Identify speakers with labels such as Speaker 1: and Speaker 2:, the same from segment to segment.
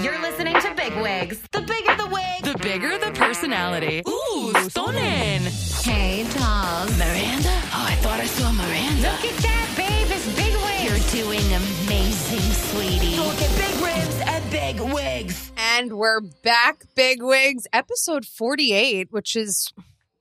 Speaker 1: You're listening to Big Wigs. The bigger the wig.
Speaker 2: The bigger the personality. Ooh, stonen.
Speaker 1: Hey, dolls.
Speaker 2: Miranda? Oh, I thought I saw Miranda.
Speaker 1: Look at that, babe. It's Big Wigs.
Speaker 2: Doing amazing, sweetie.
Speaker 1: big ribs and big wigs.
Speaker 3: And we're back, Big Wigs, episode 48, which is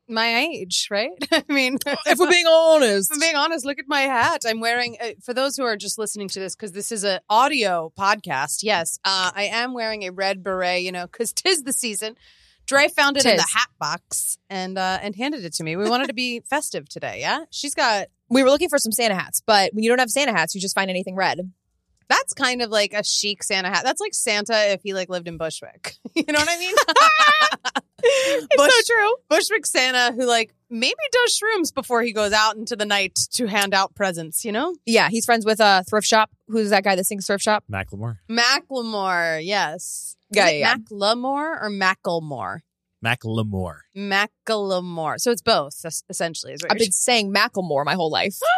Speaker 3: my age, right? I mean,
Speaker 4: If we're being honest,
Speaker 3: I'm being honest, look at my hat. I'm wearing uh, for those who are just listening to this because this is an audio podcast. Yes, uh, I am wearing a red beret, you know, because tis the season. Dre found it in the
Speaker 4: Tis.
Speaker 3: hat box and uh, and handed it to me. We wanted to be festive today. Yeah, she's got.
Speaker 4: we were looking for some Santa hats, but when you don't have Santa hats, you just find anything red.
Speaker 3: That's kind of like a chic Santa hat. That's like Santa if he like lived in Bushwick. You know what I mean? Bush-
Speaker 4: so true.
Speaker 3: Bushwick Santa who like maybe does shrooms before he goes out into the night to hand out presents. You know,
Speaker 4: Yeah, he's friends with uh, Thrift Shop. Who's that guy that sings Thrift Shop?
Speaker 5: Macklemore,
Speaker 3: Macklemore. Yes.
Speaker 4: Yeah,
Speaker 3: Is it
Speaker 4: yeah, yeah.
Speaker 3: Macklemore or Macklemore?
Speaker 5: Macklemore.
Speaker 3: Macklemore. So it's both es- essentially. Is what
Speaker 4: I've
Speaker 3: you're
Speaker 4: been saying Macklemore my whole life.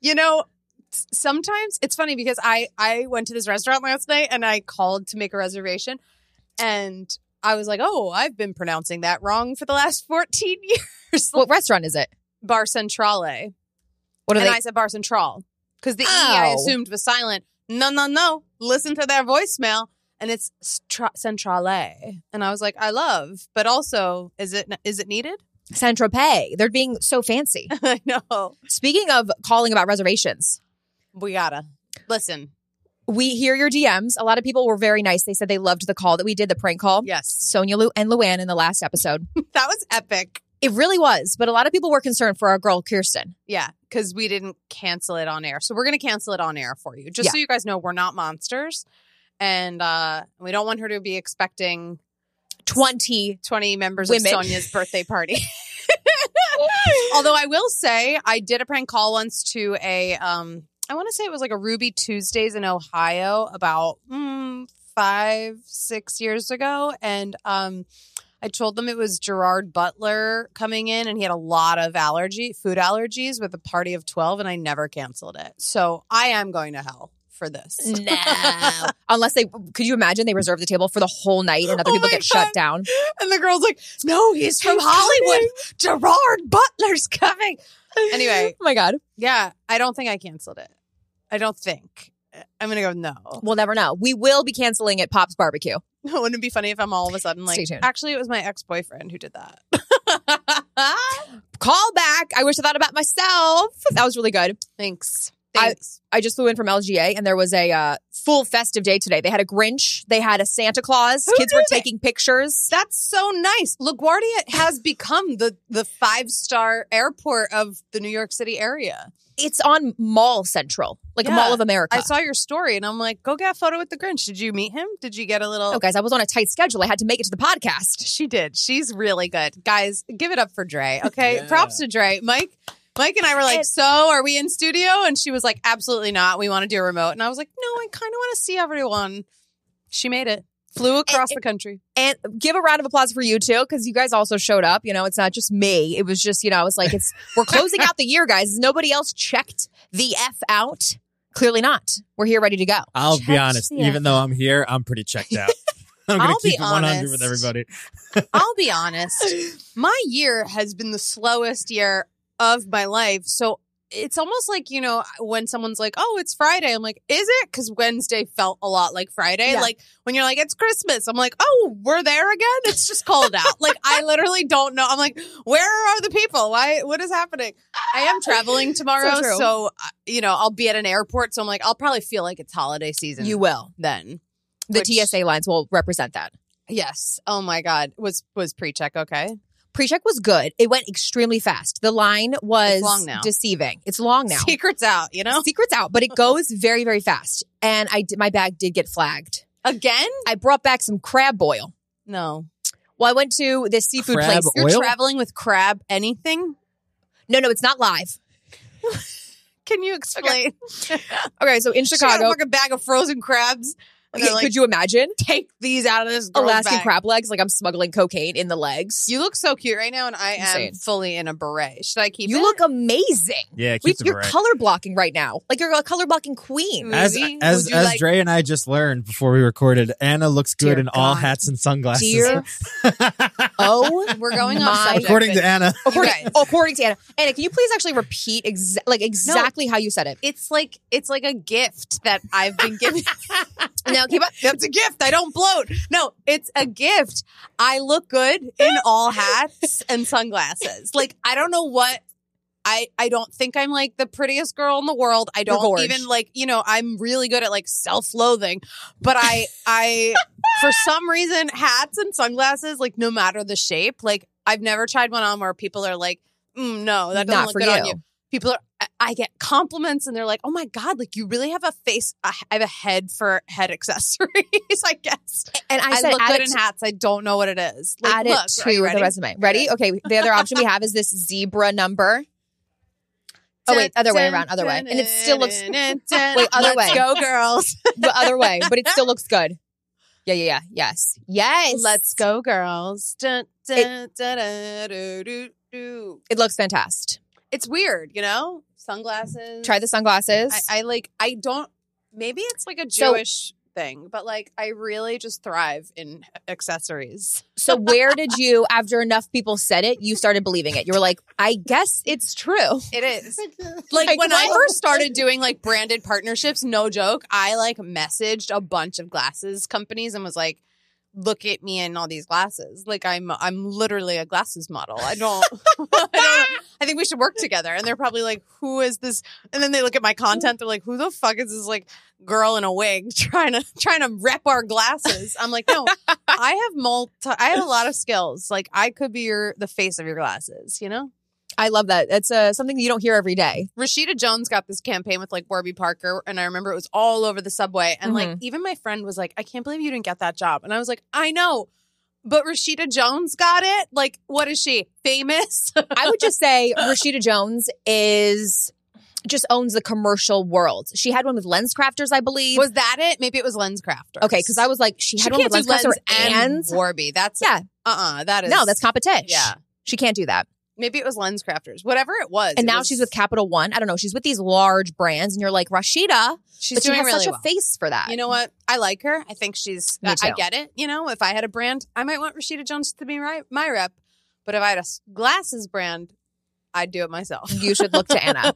Speaker 3: you know s- sometimes it's funny because i i went to this restaurant last night and i called to make a reservation and i was like oh i've been pronouncing that wrong for the last 14 years
Speaker 4: what restaurant is it?
Speaker 3: bar centrale
Speaker 4: What are
Speaker 3: and
Speaker 4: they?
Speaker 3: i said bar central because the e i
Speaker 4: Oh.
Speaker 3: assumed was silent no no no listen to their voicemail and it's stra- centrale and i was like i love but also is it is it needed
Speaker 4: Saint Tropez. They're being so fancy.
Speaker 3: i know
Speaker 4: Speaking of calling about reservations,
Speaker 3: we gotta listen
Speaker 4: we hear your DMs. A lot of people were very nice. They said they loved the call that we did, the prank call.
Speaker 3: yes
Speaker 4: Sonia Lu and Luann in the last episode.
Speaker 3: that was epic
Speaker 4: it really was, but a lot of people were concerned for our girl Kirsten.
Speaker 3: Yeah, because we didn't cancel it on air. So we're going to cancel it on air for you. Just so you guys know, we're not monsters. And uh, we don't want her to be expecting
Speaker 4: 20.
Speaker 3: 20 members
Speaker 4: Women.
Speaker 3: of Sonia's birthday party. Although I will say, I did a prank call once to a, um, I want to say it was like a Ruby Tuesdays in Ohio about mm, five, six years ago. And um, I told them it was Gerard Butler coming in and he had a lot of allergy, food allergies with a party of 12, and I never canceled it. So I am going to hell for this.
Speaker 4: Mm. No. Unless they, could you imagine they reserve the table for the whole night and other
Speaker 3: Oh
Speaker 4: people
Speaker 3: my
Speaker 4: get
Speaker 3: God.
Speaker 4: shut down?
Speaker 3: And the girl's like, no, he's from Hollywood. Gerard Butler's coming. Anyway.
Speaker 4: Oh my God.
Speaker 3: Yeah, I don't think I canceled it. I don't think. I'm gonna go no.
Speaker 4: We'll never know. We will be canceling at Pop's Barbecue.
Speaker 3: Wouldn't it be funny if I'm all of a sudden like,
Speaker 4: Stay tuned.
Speaker 3: actually, it was my ex boyfriend who did that.
Speaker 4: Call back. I wish I thought about myself. That was really good.
Speaker 3: Thanks.
Speaker 4: I-
Speaker 3: Thanks.
Speaker 4: I just flew in from LGA and there was a uh, full festive day today. They had a Grinch, they had a Santa Claus.
Speaker 3: Who
Speaker 4: Kids were
Speaker 3: knew that?
Speaker 4: taking pictures.
Speaker 3: That's so nice. LaGuardia has become the the five star airport of the New York City area.
Speaker 4: It's on Mall Central, like
Speaker 3: Yeah.
Speaker 4: Mall of America.
Speaker 3: I saw your story and I'm like, go get a photo with the Grinch. Did you meet him? Did you get a little?
Speaker 4: oh, guys, I was on a tight schedule. I had to make it to the podcast.
Speaker 3: She did. She's really good. Guys, give it up for Dre. Okay.
Speaker 5: Yeah.
Speaker 3: Props to Dre. Mike, Mike and I were like,
Speaker 4: And-
Speaker 3: so are we in studio? And she was like, absolutely not. We want to do a remote. And I was like, no, I kind of want to see everyone. She made it. Flew across the country.
Speaker 4: And give a round of applause for you too, because you guys also showed up. You know, it's not just me. It was just, you know, I was like, it's we're closing out the year, guys. Has nobody else checked the F out? Clearly not. We're here ready to go.
Speaker 5: I'll
Speaker 1: Check
Speaker 5: be honest.
Speaker 1: the
Speaker 5: Even though I'm here, I'm pretty checked out. I'm gonna
Speaker 3: I'll be
Speaker 5: keep it 100 with
Speaker 3: honest.
Speaker 5: everybody.
Speaker 3: I'll be honest. My year has been the slowest year of my life. So it's almost like, you know, when someone's like, oh, it's Friday. I'm like, is it? Because Wednesday felt a lot like Friday.
Speaker 4: Yeah.
Speaker 3: Like when you're like, it's Christmas, I'm like, oh, we're there again. It's just cold out. like I literally don't know. I'm like, where are the people? Why? What is happening? I am traveling tomorrow.
Speaker 4: true.
Speaker 3: So, uh, you know, I'll be at an airport. So I'm like, I'll probably feel like it's holiday season.
Speaker 4: You will.
Speaker 3: then.
Speaker 4: The
Speaker 3: Which-
Speaker 4: TSA lines will represent that.
Speaker 3: Yes. Oh my God. Was was pre check okay?
Speaker 4: Pre-check was good. It went extremely fast. The line was
Speaker 3: It's long now.
Speaker 4: deceiving. It's long now.
Speaker 3: Secrets out, you know?
Speaker 4: Secrets out, but it goes very, very fast. And I did, my bag did get flagged.
Speaker 3: Again?
Speaker 4: I brought back some crab boil.
Speaker 3: No.
Speaker 4: Well, I went to this seafood
Speaker 5: Crab
Speaker 4: place.
Speaker 3: You're
Speaker 5: Oil?
Speaker 3: traveling with crab anything?
Speaker 4: No, no, it's not live.
Speaker 3: Can you explain?
Speaker 4: Okay, so in
Speaker 3: She got
Speaker 4: Chicago,
Speaker 3: a fucking bag of frozen crabs And they're
Speaker 4: Okay,
Speaker 3: like,
Speaker 4: could you imagine
Speaker 3: take these out of this girl's
Speaker 4: Alaskan
Speaker 3: bag.
Speaker 4: crab legs? Like I'm smuggling cocaine in the legs.
Speaker 3: You look so cute right now, and I am
Speaker 4: Insane.
Speaker 3: fully in a beret. Should I keep
Speaker 4: You
Speaker 3: it?
Speaker 4: look amazing.
Speaker 5: Yeah, keep
Speaker 4: We,
Speaker 5: the
Speaker 4: you're
Speaker 5: variety.
Speaker 4: color blocking right now. Like you're a color blocking queen.
Speaker 3: Mm.
Speaker 5: As
Speaker 3: movie?
Speaker 5: as
Speaker 3: Would you
Speaker 5: as
Speaker 3: like-
Speaker 5: Dre and I just learned before we recorded, Anna looks good
Speaker 3: Dear
Speaker 5: in all
Speaker 3: God.
Speaker 5: hats and sunglasses.
Speaker 4: Dear- Oh,
Speaker 3: We're going
Speaker 4: My-
Speaker 3: off subject.
Speaker 5: According
Speaker 3: but
Speaker 5: to Anna,
Speaker 4: according,
Speaker 3: guys.
Speaker 4: according to Anna. Anna, can you please actually repeat exa- like exactly how you said it?
Speaker 3: it's like it's like a gift that I've been given.
Speaker 4: Now keep up.
Speaker 3: That's a gift. I don't bloat. No, it's a gift. I look good in all hats and sunglasses. Like I don't know what I I don't think I'm like the prettiest girl in the world. I
Speaker 4: You're
Speaker 3: don't
Speaker 4: gorge.
Speaker 3: even like, you know, I'm really good at like self-loathing, but I I for some reason hats and sunglasses like no matter the shape, like I've never tried one on where people are like, mm, no, that doesn't
Speaker 4: Not
Speaker 3: look
Speaker 4: for
Speaker 3: good on
Speaker 4: you.
Speaker 3: you people are I- I get compliments and they're like, "Oh my god, like you really have a face. I have a head for head accessories." I guess
Speaker 4: And I,
Speaker 3: I,
Speaker 4: said
Speaker 3: look
Speaker 4: add
Speaker 3: good
Speaker 4: it
Speaker 3: in
Speaker 4: to-
Speaker 3: hats. I don't know what it is. Like,
Speaker 4: add it
Speaker 3: look, are
Speaker 4: to
Speaker 3: you
Speaker 4: the
Speaker 3: ready?
Speaker 4: resume. Ready? Okay. The other option we have is this zebra number. Oh wait, other way around, other way, and it still looks
Speaker 3: Wait,
Speaker 4: Wait, other
Speaker 3: Let's
Speaker 4: way.
Speaker 3: go, girls.
Speaker 4: the other way, but it still looks good. Yeah, yeah, yeah. Yes, yes.
Speaker 3: Let's go, girls. Dun, dun, dun, dun, doo, doo, doo.
Speaker 4: It looks fantastic.
Speaker 3: It's weird, you know. Sunglasses.
Speaker 4: Try the sunglasses.
Speaker 3: I, I like I don't maybe it's like a
Speaker 4: So-
Speaker 3: Jewish thing, but like I really just thrive in accessories.
Speaker 4: so where did you, after enough people said it, you started believing it? You were like, I guess it's true.
Speaker 3: It is. Like
Speaker 4: Like,
Speaker 3: when I
Speaker 4: what?
Speaker 3: first started doing like branded partnerships, no joke, I like messaged a bunch of glasses companies and was like Look at me in all these glasses. Like I'm, I'm literally a glasses model. I don't, I don't. I think we should work together. And they're probably like, "Who is this?" And then they look at my content. They're like, "Who the fuck is this like girl in a wig trying to trying to rep our glasses?" I'm like, "No, I have multi. I have a lot of skills. Like I could be your the face of your glasses. You know."
Speaker 4: I love that. That's uh, something you don't hear every day.
Speaker 3: Rashida Jones got this campaign with like Warby Parker, and I remember it was all over the subway. And
Speaker 4: Mm-hmm.
Speaker 3: like, even my friend was like, I can't believe you didn't get that job. And I was like, I know, but Rashida Jones got it. Like, what is she? Famous?
Speaker 4: I would just say Rashida Jones is just owns the commercial world. She had one with lens crafters, I believe.
Speaker 3: was that it? Maybe it was Lens Crafters.
Speaker 4: okay, because I was like, she
Speaker 3: she
Speaker 4: had
Speaker 3: can't
Speaker 4: one with
Speaker 3: do
Speaker 4: lens
Speaker 3: lens,
Speaker 4: crafter
Speaker 3: and,
Speaker 4: and,
Speaker 3: Warby. That's
Speaker 4: Yeah.
Speaker 3: Uh uh That is
Speaker 4: no, that's competition.
Speaker 3: yeah.
Speaker 4: she can't do that.
Speaker 3: Maybe it was Lens Crafters. Whatever it was.
Speaker 4: And
Speaker 3: it
Speaker 4: now
Speaker 3: was-
Speaker 4: she's with Capital One. I don't know. She's with these large brands, and you're like Rashida,
Speaker 3: she's
Speaker 4: but she
Speaker 3: doing
Speaker 4: has
Speaker 3: really
Speaker 4: such
Speaker 3: well.
Speaker 4: a face for that.
Speaker 3: You know what? I like her. I think she's.
Speaker 4: Me
Speaker 3: I
Speaker 4: too.
Speaker 3: get it. You know, if I had a brand, I might want Rashida Jones to be my, my rep. But if I had a s- glasses brand, I'd do it myself.
Speaker 4: you should look to Anna.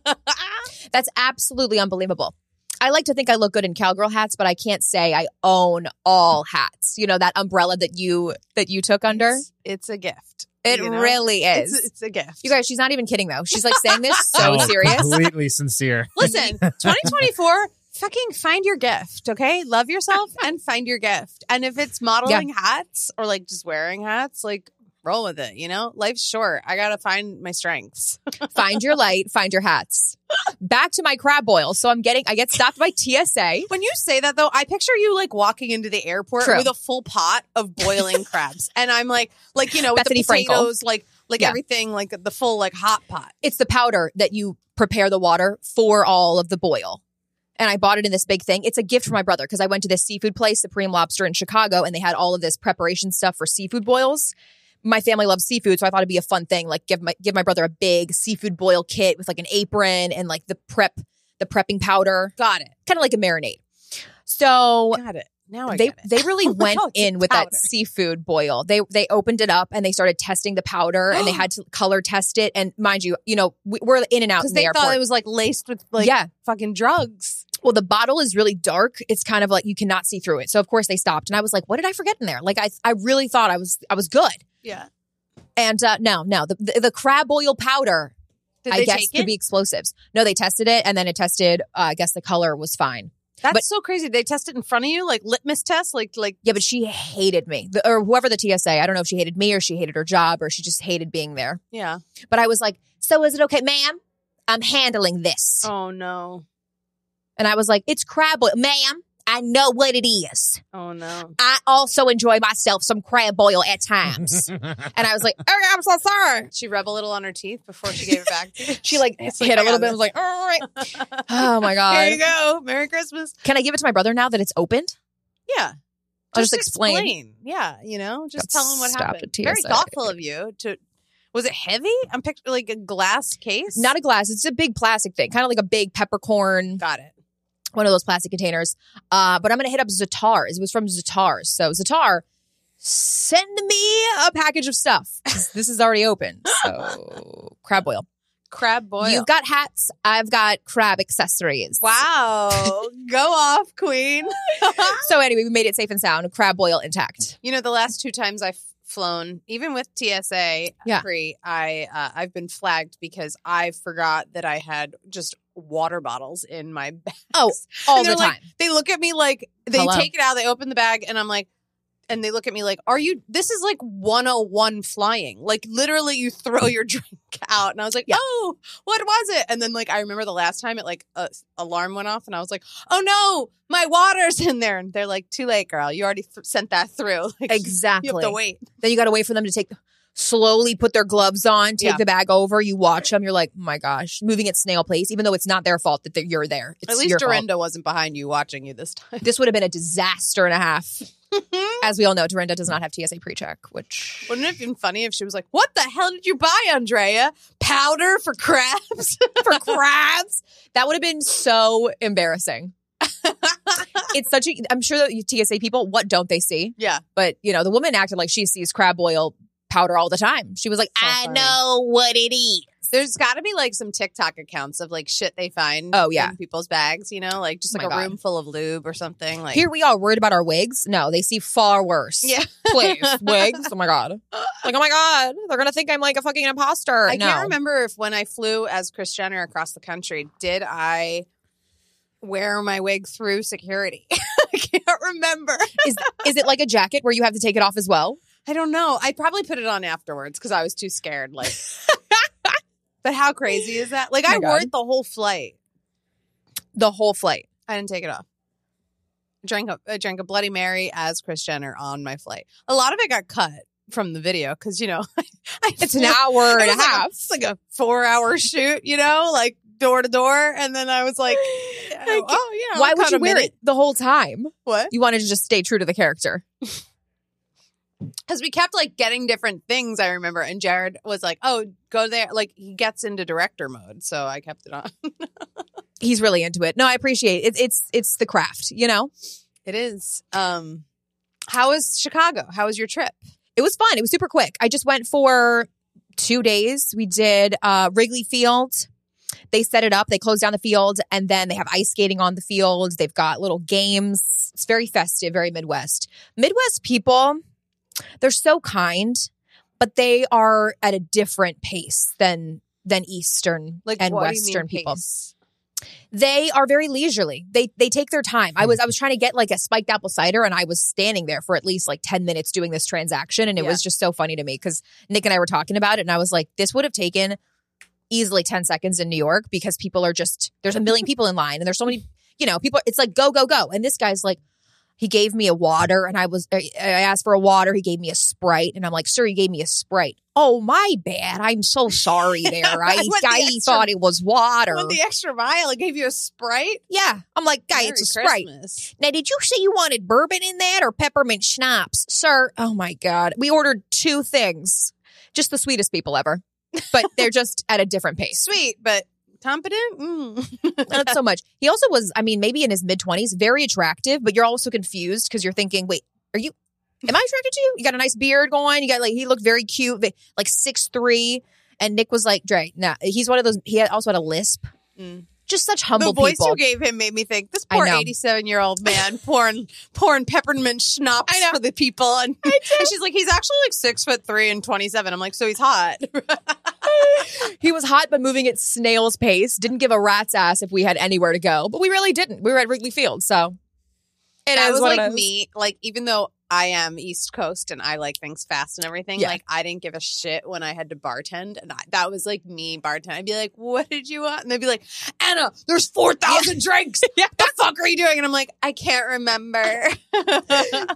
Speaker 4: That's absolutely unbelievable. I like to think I look good in cowgirl hats, but I can't say I own all hats. You know that umbrella that you that you took under.
Speaker 3: It's, it's a gift.
Speaker 4: It
Speaker 3: you know?
Speaker 4: really is.
Speaker 3: It's, it's a gift.
Speaker 4: you guys, she's not even kidding though. She's like saying this so
Speaker 5: Oh,
Speaker 4: serious.
Speaker 5: completely sincere.
Speaker 3: listen. 2024. Fucking find your gift, okay? Love yourself and find your gift. And if it's modeling hats or like just wearing hats, like roll with it, you know? Life's short. I gotta find my strengths.
Speaker 4: Find your light, find your hats. Back to my crab boil. So I'm getting I get stopped by TSA.
Speaker 3: When you say that, though, I picture you like walking into the airport
Speaker 4: True.
Speaker 3: with a full pot of boiling crabs, and I'm like, like you know, with
Speaker 4: Bethany
Speaker 3: the
Speaker 4: Frankel.
Speaker 3: potatoes, like like
Speaker 4: Yeah.
Speaker 3: everything, like the full like hot pot.
Speaker 4: It's the powder that you prepare the water for all of the boil. And I bought it in this big thing. It's a gift for my brother because I went to this seafood place, Supreme Lobster in Chicago, and they had all of this preparation stuff for seafood boils. My family loves seafood, so I thought it'd be a fun thing, like give my give my brother a big seafood boil kit with like an apron and like the prep the prepping powder,
Speaker 3: Got it.
Speaker 4: kind of like a marinade. So
Speaker 3: Got it. Now I
Speaker 4: they
Speaker 3: get it.
Speaker 4: they really
Speaker 3: Oh my
Speaker 4: went
Speaker 3: God, it's
Speaker 4: in with
Speaker 3: powder.
Speaker 4: that seafood boil. They they opened it up and they started testing the powder and they had to color test it. And mind you, you know we, we're in and out
Speaker 3: Because
Speaker 4: in
Speaker 3: they
Speaker 4: the
Speaker 3: thought
Speaker 4: airport.
Speaker 3: it was like laced with like
Speaker 4: yeah.
Speaker 3: fucking drugs.
Speaker 4: Well, the bottle is really dark. It's kind of like you cannot see through it. So of course they stopped and I was like, what did I forget in there? Like I I really thought I was I was good.
Speaker 3: Yeah.
Speaker 4: And uh, no, no, the, the the crab oil powder
Speaker 3: Did
Speaker 4: I
Speaker 3: they
Speaker 4: guess
Speaker 3: take
Speaker 4: could
Speaker 3: it?
Speaker 4: be explosives. No, they tested it and then it tested. Uh, I guess the color was fine.
Speaker 3: That's
Speaker 4: but-
Speaker 3: so crazy. They test it in front of you, like litmus test, like like
Speaker 4: Yeah, but she hated me the, or whoever the TSA. I don't know if she hated me or she hated her job or she just hated being there.
Speaker 3: yeah.
Speaker 4: But I was like, so is it okay, ma'am? I'm handling this.
Speaker 3: Oh no.
Speaker 4: And I was like, it's crab oil. Ma'am, I know what it is.
Speaker 3: Oh no.
Speaker 4: I also enjoy myself some crab oil at times. and I was like, okay, I'm so sorry.
Speaker 3: She rub a little on her teeth before she gave it back.
Speaker 4: She like
Speaker 3: It's
Speaker 4: hit
Speaker 3: I
Speaker 4: a little
Speaker 3: got
Speaker 4: bit and was like, all right. Oh my
Speaker 3: this. Here you
Speaker 4: God.
Speaker 3: go. Merry Christmas.
Speaker 4: Can I give it to my brother now that it's opened?
Speaker 3: Yeah.
Speaker 4: I'll just explain.
Speaker 3: Yeah, you know, just
Speaker 4: Got
Speaker 3: tell them what
Speaker 4: stopped
Speaker 3: happened.
Speaker 4: at
Speaker 3: Very
Speaker 4: TSA.
Speaker 3: thoughtful of you to Was it heavy? I'm picturing like a glass case.
Speaker 4: Not a glass. It's a big plastic thing, kind of like a big peppercorn,
Speaker 3: Got it.
Speaker 4: one of those plastic containers. Uh, but I'm gonna hit up Zatars. It was from Zatars. So Zatar, send me a package of stuff. 'Cause This is already open. So crab boil.
Speaker 3: Crab boil.
Speaker 4: You've got hats. I've got crab accessories.
Speaker 3: wow. Go off, queen.
Speaker 4: so anyway, we made it safe and sound. Crab boil intact.
Speaker 3: You know, the last two times I've flown, even with TSA
Speaker 4: Yeah.
Speaker 3: free, I uh, I've been flagged because I forgot that I had just water bottles in my bag.
Speaker 4: Oh, all
Speaker 3: And
Speaker 4: the
Speaker 3: they're
Speaker 4: time.
Speaker 3: like- They look at me like they
Speaker 4: Hello.
Speaker 3: take it out, they open the bag, and I'm like. And they look at me like, "Are you? This is like 101 flying. Like literally, you throw your drink out." And I was like,
Speaker 4: Yeah.
Speaker 3: "Oh, what was it?" And then like I remember the last time it like a alarm went off, and I was like, "Oh no, my water's in there." And they're like, "Too late, girl. You already th- sent that through. Like,
Speaker 4: exactly.
Speaker 3: you have to wait."
Speaker 4: Then you got to wait for them to take slowly put their gloves on, take
Speaker 3: Yeah.
Speaker 4: the bag over. You watch them. You're like, "Oh my gosh, moving at snail pace, even though it's not their fault that they're, you're there. It's
Speaker 3: At least
Speaker 4: your fault.
Speaker 3: Dorinda wasn't behind you watching you this time.
Speaker 4: This would have been a disaster and a half. As we all know, Dorinda does not have TSA pre-check, which
Speaker 3: Wouldn't it have been funny if she was like, What the hell did you buy, Andrea? Powder for crabs?
Speaker 4: for crabs, that would have been so embarrassing. it's such a. I'm sure that you TSA people, what don't they see?
Speaker 3: yeah.
Speaker 4: But you know, the woman acted like she sees crab oil powder all the time. She was like, "Ah,
Speaker 3: So
Speaker 4: I
Speaker 3: funny.
Speaker 4: know what it is.
Speaker 3: There's got to be like some TikTok accounts of like shit they find
Speaker 4: Oh, yeah.
Speaker 3: in people's bags, you know, like just
Speaker 4: Oh
Speaker 3: like
Speaker 4: my
Speaker 3: a
Speaker 4: God.
Speaker 3: room full of lube or something. Like,
Speaker 4: Here we are worried about our wigs. No, they see far worse.
Speaker 3: Yeah.
Speaker 4: Please. wigs. Oh my God. Like, oh my God. They're going to think I'm like a fucking imposter.
Speaker 3: I
Speaker 4: no.
Speaker 3: can't remember if when I flew as Chris Jenner across the country, did I wear my wig through security? I can't remember.
Speaker 4: Is, is it like a jacket where you have to take it off as well?
Speaker 3: I don't know. I probably put it on afterwards because I was too scared. Like, but how crazy is that? Like,
Speaker 4: Oh my
Speaker 3: I wore
Speaker 4: God.
Speaker 3: it the whole flight.
Speaker 4: The whole flight.
Speaker 3: I didn't take it off. Drank a I drank a Bloody Mary as Chris Jenner on my flight. A lot of it got cut from the video because you know I
Speaker 4: It's
Speaker 3: flew-
Speaker 4: an hour
Speaker 3: it
Speaker 4: and a
Speaker 3: was like
Speaker 4: half.
Speaker 3: It's like a four hour shoot, you know, like door to door, and then I was like,
Speaker 4: Like,
Speaker 3: oh yeah,
Speaker 4: Why
Speaker 3: I'll
Speaker 4: would
Speaker 3: cut
Speaker 4: you
Speaker 3: a
Speaker 4: wear
Speaker 3: minute.
Speaker 4: it the whole time?
Speaker 3: What?
Speaker 4: You wanted to just stay true to the character.
Speaker 3: because we kept like getting different things. I remember, and Jared was like, "Oh, go there." Like he gets into director mode, so I kept it on.
Speaker 4: He's really into it. No, I appreciate it. It's it's the craft, you know?
Speaker 3: It is. Um, how was Chicago? How was your trip?
Speaker 4: It was fun. It was super quick. I just went for two days. We did uh, Wrigley Field. They set it up. They close down the field, and then they have ice skating on the field. They've got little games. It's very festive, very Midwest. Midwest people, they're so kind, but they are at a different pace than than Eastern
Speaker 3: Like
Speaker 4: and
Speaker 3: what do you mean
Speaker 4: Western people
Speaker 3: pace?
Speaker 4: they are very leisurely. They they take their time.
Speaker 3: Hmm.
Speaker 4: I was I was trying to get like a spiked apple cider and I was standing there for at least like 10 minutes doing this transaction and it was just so funny to me cuz Nick and I were talking about it and I was like this would have taken easily 10 seconds in New York because people are just there's a million people in line and there's so many you know people it's like go go go and this guy's like he gave me a water and I was I I asked for a water he gave me a Sprite and I'm like sir you gave me a Sprite. Oh my bad. I'm so sorry there. I,
Speaker 3: I want the
Speaker 4: I
Speaker 3: extra-
Speaker 4: thought it was water.
Speaker 3: Went the extra mile. I gave you a sprite.
Speaker 4: Yeah. I'm like, guy, it's a sprite.
Speaker 3: Christmas.
Speaker 4: Now, did you say you wanted bourbon in that or peppermint schnapps? Sir, oh my God. We ordered two things. Just the sweetest people ever. But they're just at a different pace.
Speaker 3: Sweet, but competent. Mm.
Speaker 4: Not so much. He also was, I mean, maybe in his mid 20s, very attractive, but you're also confused because you're thinking, wait, are you, am I attracted to you? You got a nice beard going. You got like, he looked very cute, but, like six three. And Nick was like, Dre, nah, he's one of those, he had, also had a lisp.
Speaker 3: Mm.
Speaker 4: Just such
Speaker 3: the
Speaker 4: humble
Speaker 3: voice
Speaker 4: people.
Speaker 3: you gave him made me think this
Speaker 4: I
Speaker 3: poor
Speaker 4: know.
Speaker 3: eighty-seven-year-old man pouring pouring peppermint schnapps for the people, and, and she's like, he's actually like six foot three and twenty-seven. I'm like, so he's hot.
Speaker 4: He was hot, but moving at snail's pace. Didn't give a rat's ass if we had anywhere to go, but we really didn't. We were at Wrigley Field, so it
Speaker 3: that
Speaker 4: is
Speaker 3: was
Speaker 4: what it
Speaker 3: like
Speaker 4: is.
Speaker 3: me. Like even though I am East Coast and I like things fast and everything,
Speaker 4: Yeah.
Speaker 3: like I didn't give a shit when I had to bartend, and I, that was like me bartend. I'd be like, "What did you want?" And they'd be like, "Anna, there's four thousand drinks. What the fuck are you doing?" And I'm like, "I can't remember."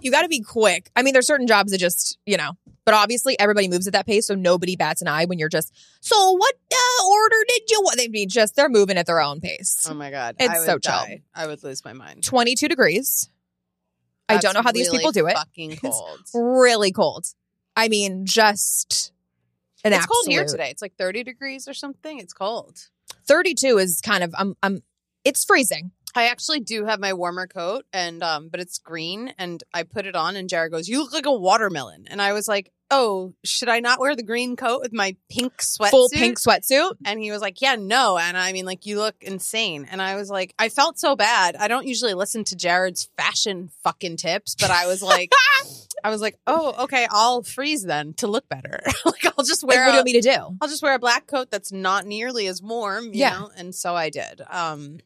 Speaker 4: You got to be quick. I mean, there's certain jobs that just you know, but obviously everybody moves at that pace, so nobody bats an eye when you're just. So what uh, order did you want? They'd be just they're moving at their own pace.
Speaker 3: oh my god,
Speaker 4: It's
Speaker 3: I would
Speaker 4: so chill.
Speaker 3: die. I would lose my mind.
Speaker 4: Twenty two degrees. I don't know how these people do it.
Speaker 3: Fucking cold.
Speaker 4: Really cold. I mean, just an
Speaker 3: it's cold here
Speaker 4: absolute-
Speaker 3: today. It's like 30 degrees or something. It's cold.
Speaker 4: 32 is kind of I'm I'm it's freezing.
Speaker 3: I actually do have my warmer coat and um but it's green and I put it on and Jared goes, "You look like a watermelon." And I was like, "Oh, should I not wear the green coat with my pink sweatsuit?"
Speaker 4: Full pink sweatsuit.
Speaker 3: And he was like, "Yeah, no." And I mean, like, you look insane. And I was like, I felt so bad. I don't usually listen to Jared's fashion fucking tips, but I was like, I was like, "Oh, okay, I'll freeze then to look better. like, I'll just
Speaker 4: Like,
Speaker 3: wear
Speaker 4: what do
Speaker 3: a-
Speaker 4: you want me to do?
Speaker 3: I'll just wear a black coat that's not nearly as warm, you
Speaker 4: Yeah.
Speaker 3: know? And so I did. Um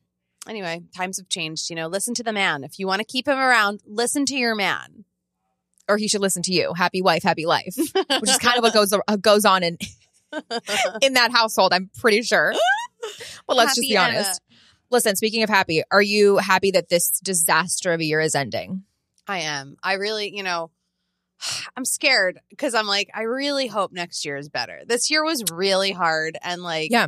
Speaker 3: anyway, times have changed, you know. Listen to the man. If you want to keep him around, listen to your man.
Speaker 4: Or he should listen to you. Happy wife, happy life, which is kind of what goes uh, goes on in in that household. I'm pretty sure. But let's just
Speaker 3: Happy uh,
Speaker 4: be honest. Listen, speaking of happy, are you happy that this disaster of a year is ending?
Speaker 3: I am. I really, you know, I'm scared because I'm like, I really hope next year is better. This year was really hard and like
Speaker 4: Yeah.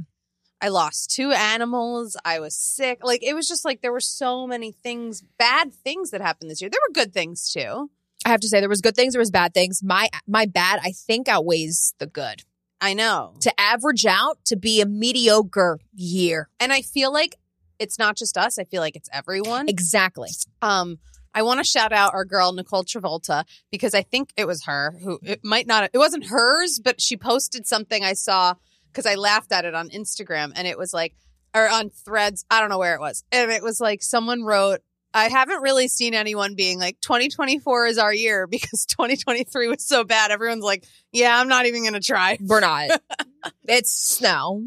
Speaker 3: I lost two animals. I was sick. Like it was just like there were so many things, bad things that happened this year. There were good things too.
Speaker 4: I have to say there was good things, there was bad things. My my bad I think outweighs the good.
Speaker 3: I know.
Speaker 4: To average out to be a mediocre year.
Speaker 3: And I feel like it's not just us. I feel like it's everyone.
Speaker 4: Exactly.
Speaker 3: Um, I want to shout out our girl Nicole Travolta because I think it was her who it might not it wasn't hers, but she posted something I saw because I laughed at it on Instagram and it was like or on Threads, I don't know where it was, and it was like someone wrote. I haven't really seen anyone being like 2024 is our year because 2023 was so bad. Everyone's like, yeah, I'm not even going to try.
Speaker 4: We're not. it's snow.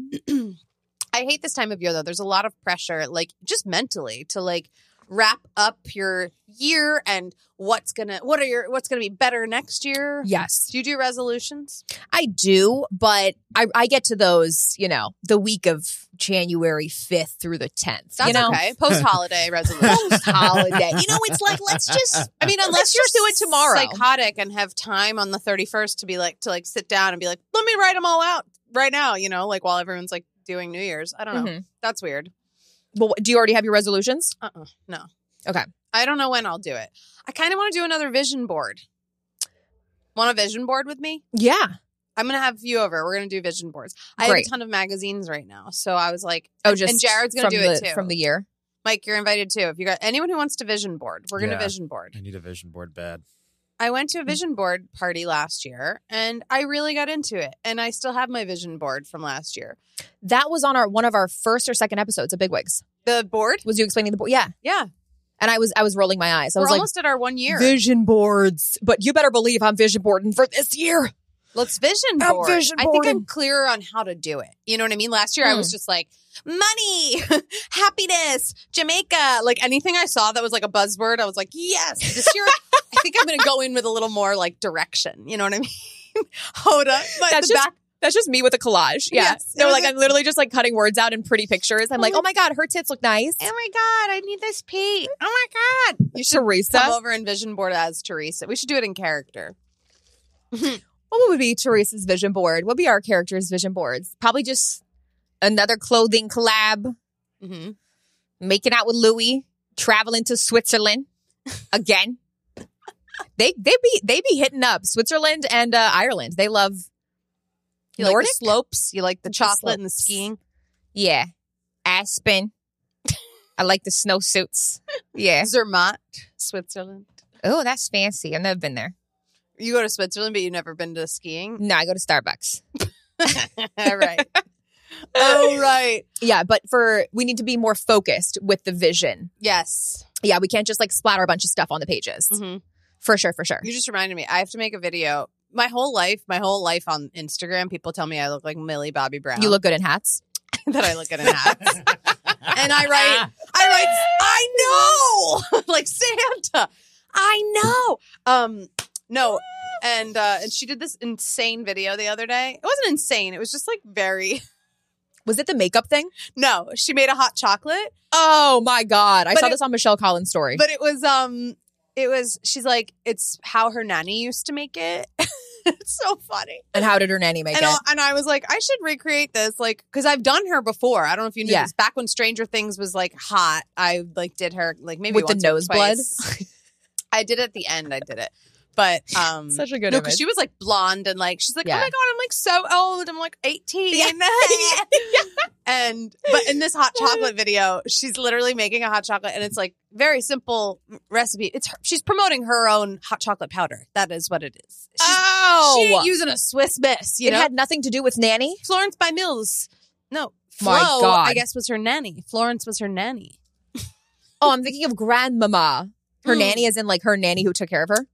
Speaker 3: I hate this time of year though. There's a lot of pressure, like just mentally, to like wrap up your year and what's gonna what are your what's gonna be better next year.
Speaker 4: Yes.
Speaker 3: Do you do resolutions?
Speaker 4: I do, but I, I get to those, you know, the week of January 5th through the 10th.
Speaker 3: That's
Speaker 4: you know?
Speaker 3: okay. Post holiday resolution.
Speaker 4: Post holiday. You know, it's like, let's just,
Speaker 3: I mean,
Speaker 4: Let's
Speaker 3: unless
Speaker 4: just do
Speaker 3: you're
Speaker 4: it tomorrow.
Speaker 3: psychotic and have time on the 31st to be like to like sit down and be like, let me write them all out right now. You know, like while everyone's like doing New Year's. I don't know.
Speaker 4: Mhm.
Speaker 3: That's weird.
Speaker 4: Well, do you already have your resolutions?
Speaker 3: Uh uh No.
Speaker 4: Okay.
Speaker 3: I don't know when I'll do it. I kind of want to do another vision board. Want a vision board with me?
Speaker 4: Yeah.
Speaker 3: I'm gonna have you over. We're gonna do vision boards. I
Speaker 4: Great.
Speaker 3: have a ton of magazines right now, so I was like,
Speaker 4: Oh, just
Speaker 3: And Jared's
Speaker 4: from
Speaker 3: gonna do it
Speaker 4: the-
Speaker 3: too.
Speaker 4: From the year.
Speaker 3: Mike, you're invited too. If you got anyone who wants to vision board, we're gonna
Speaker 5: Yeah.
Speaker 3: vision board.
Speaker 5: I need a vision board bad.
Speaker 3: I went to a vision board party last year, and I really got into it. And I still have my vision board from last year.
Speaker 4: That was on our one of our first or second episodes of Big Wigs.
Speaker 3: The board,
Speaker 4: Was you explaining the board? Yeah.
Speaker 3: yeah,
Speaker 4: And I was I was rolling my eyes. I
Speaker 3: we're
Speaker 4: was like,
Speaker 3: almost at our one year.
Speaker 4: vision boards. But you better believe I'm vision boarding for this year.
Speaker 3: Let's vision
Speaker 4: I'm
Speaker 3: board.
Speaker 4: vision
Speaker 3: I think I'm
Speaker 4: boarding. Hmm.
Speaker 3: clearer on how to do it. You know what I mean? Last year I was just like money, happiness, Jamaica, like anything I saw that was like a buzzword, I was like, yes. This year I think I'm going to go in with a little more like direction. You know what I mean? Hoda, but
Speaker 4: That's just-
Speaker 3: the back.
Speaker 4: That's just me with a collage. Yeah.
Speaker 3: Yes.
Speaker 4: No,
Speaker 3: It was
Speaker 4: like
Speaker 3: a-
Speaker 4: I'm literally just like cutting words out in pretty pictures. I'm like, oh my God, her tits look nice.
Speaker 3: Oh my god, I need this pee. Oh my god, you should come
Speaker 4: Teresa.
Speaker 3: over and vision board as Teresa. We should do it in character.
Speaker 4: What would be Teresa's vision board? What would be our characters' vision boards? Probably just another clothing collab,
Speaker 3: hmm
Speaker 4: making out with Louis, traveling to Switzerland again. they they be they be hitting up Switzerland and uh, Ireland. They love
Speaker 3: You like
Speaker 4: Nordic.
Speaker 3: the slopes? You like the chocolate and the
Speaker 4: slopes.
Speaker 3: skiing?
Speaker 4: yeah, Aspen. I like the snowsuits. Yeah.
Speaker 3: Zermatt, Switzerland.
Speaker 4: Oh, that's fancy. I've never been there.
Speaker 3: You go to Switzerland, but you've never been to skiing.
Speaker 4: No, I go to Starbucks.
Speaker 3: All right. All right.
Speaker 4: Yeah, but for we need to be more focused with the vision.
Speaker 3: Yes.
Speaker 4: Yeah, we can't just like splatter a bunch of stuff on the pages.
Speaker 3: Mm-hmm.
Speaker 4: For sure, for sure.
Speaker 3: You just reminded me. I have to make a video. My whole life, my whole life on Instagram, people tell me I look like Millie Bobby Brown.
Speaker 4: You look good in hats.
Speaker 3: that I look good in hats. and I write, I write, I know, like Santa. I know. Um, no. And uh, and she did this insane video the other day. It wasn't insane. It was just like very
Speaker 4: Was it the makeup thing?
Speaker 3: no. She made a hot chocolate
Speaker 4: Oh my god! I
Speaker 3: But
Speaker 4: saw
Speaker 3: it-
Speaker 4: this on Michelle Collins' story.
Speaker 3: But it was um it was she's like it's how her nanny used to make it. it's so funny.
Speaker 4: and how did her nanny make
Speaker 3: And,
Speaker 4: it?
Speaker 3: I, and I was like, I should recreate this, like, because I've done her before. I don't know if you knew
Speaker 4: Yeah.
Speaker 3: this. Back when Stranger Things was like hot, I like did her like maybe
Speaker 4: With the
Speaker 3: once or
Speaker 4: nose
Speaker 3: twice. I did it at the end. I did it. But um
Speaker 4: Such a good
Speaker 3: no,
Speaker 4: image.
Speaker 3: because she was like blonde and like she's like,
Speaker 4: Yeah.
Speaker 3: oh my god, I'm like so old. I'm like 18. and but in this hot chocolate video, she's literally making a hot chocolate, and it's like very simple recipe. It's her, she's promoting her own hot chocolate powder. That is what it is. She's,
Speaker 4: oh,
Speaker 3: She ain't using a Swiss Miss, you
Speaker 4: it
Speaker 3: know.
Speaker 4: had nothing to do with nanny.
Speaker 3: Florence by Mills. No, Flo.
Speaker 4: My God.
Speaker 3: I guess was her nanny. Florence was her nanny.
Speaker 4: Oh, I'm thinking of grandmama. Her
Speaker 3: Mm.
Speaker 4: nanny is in like her nanny who took care of her.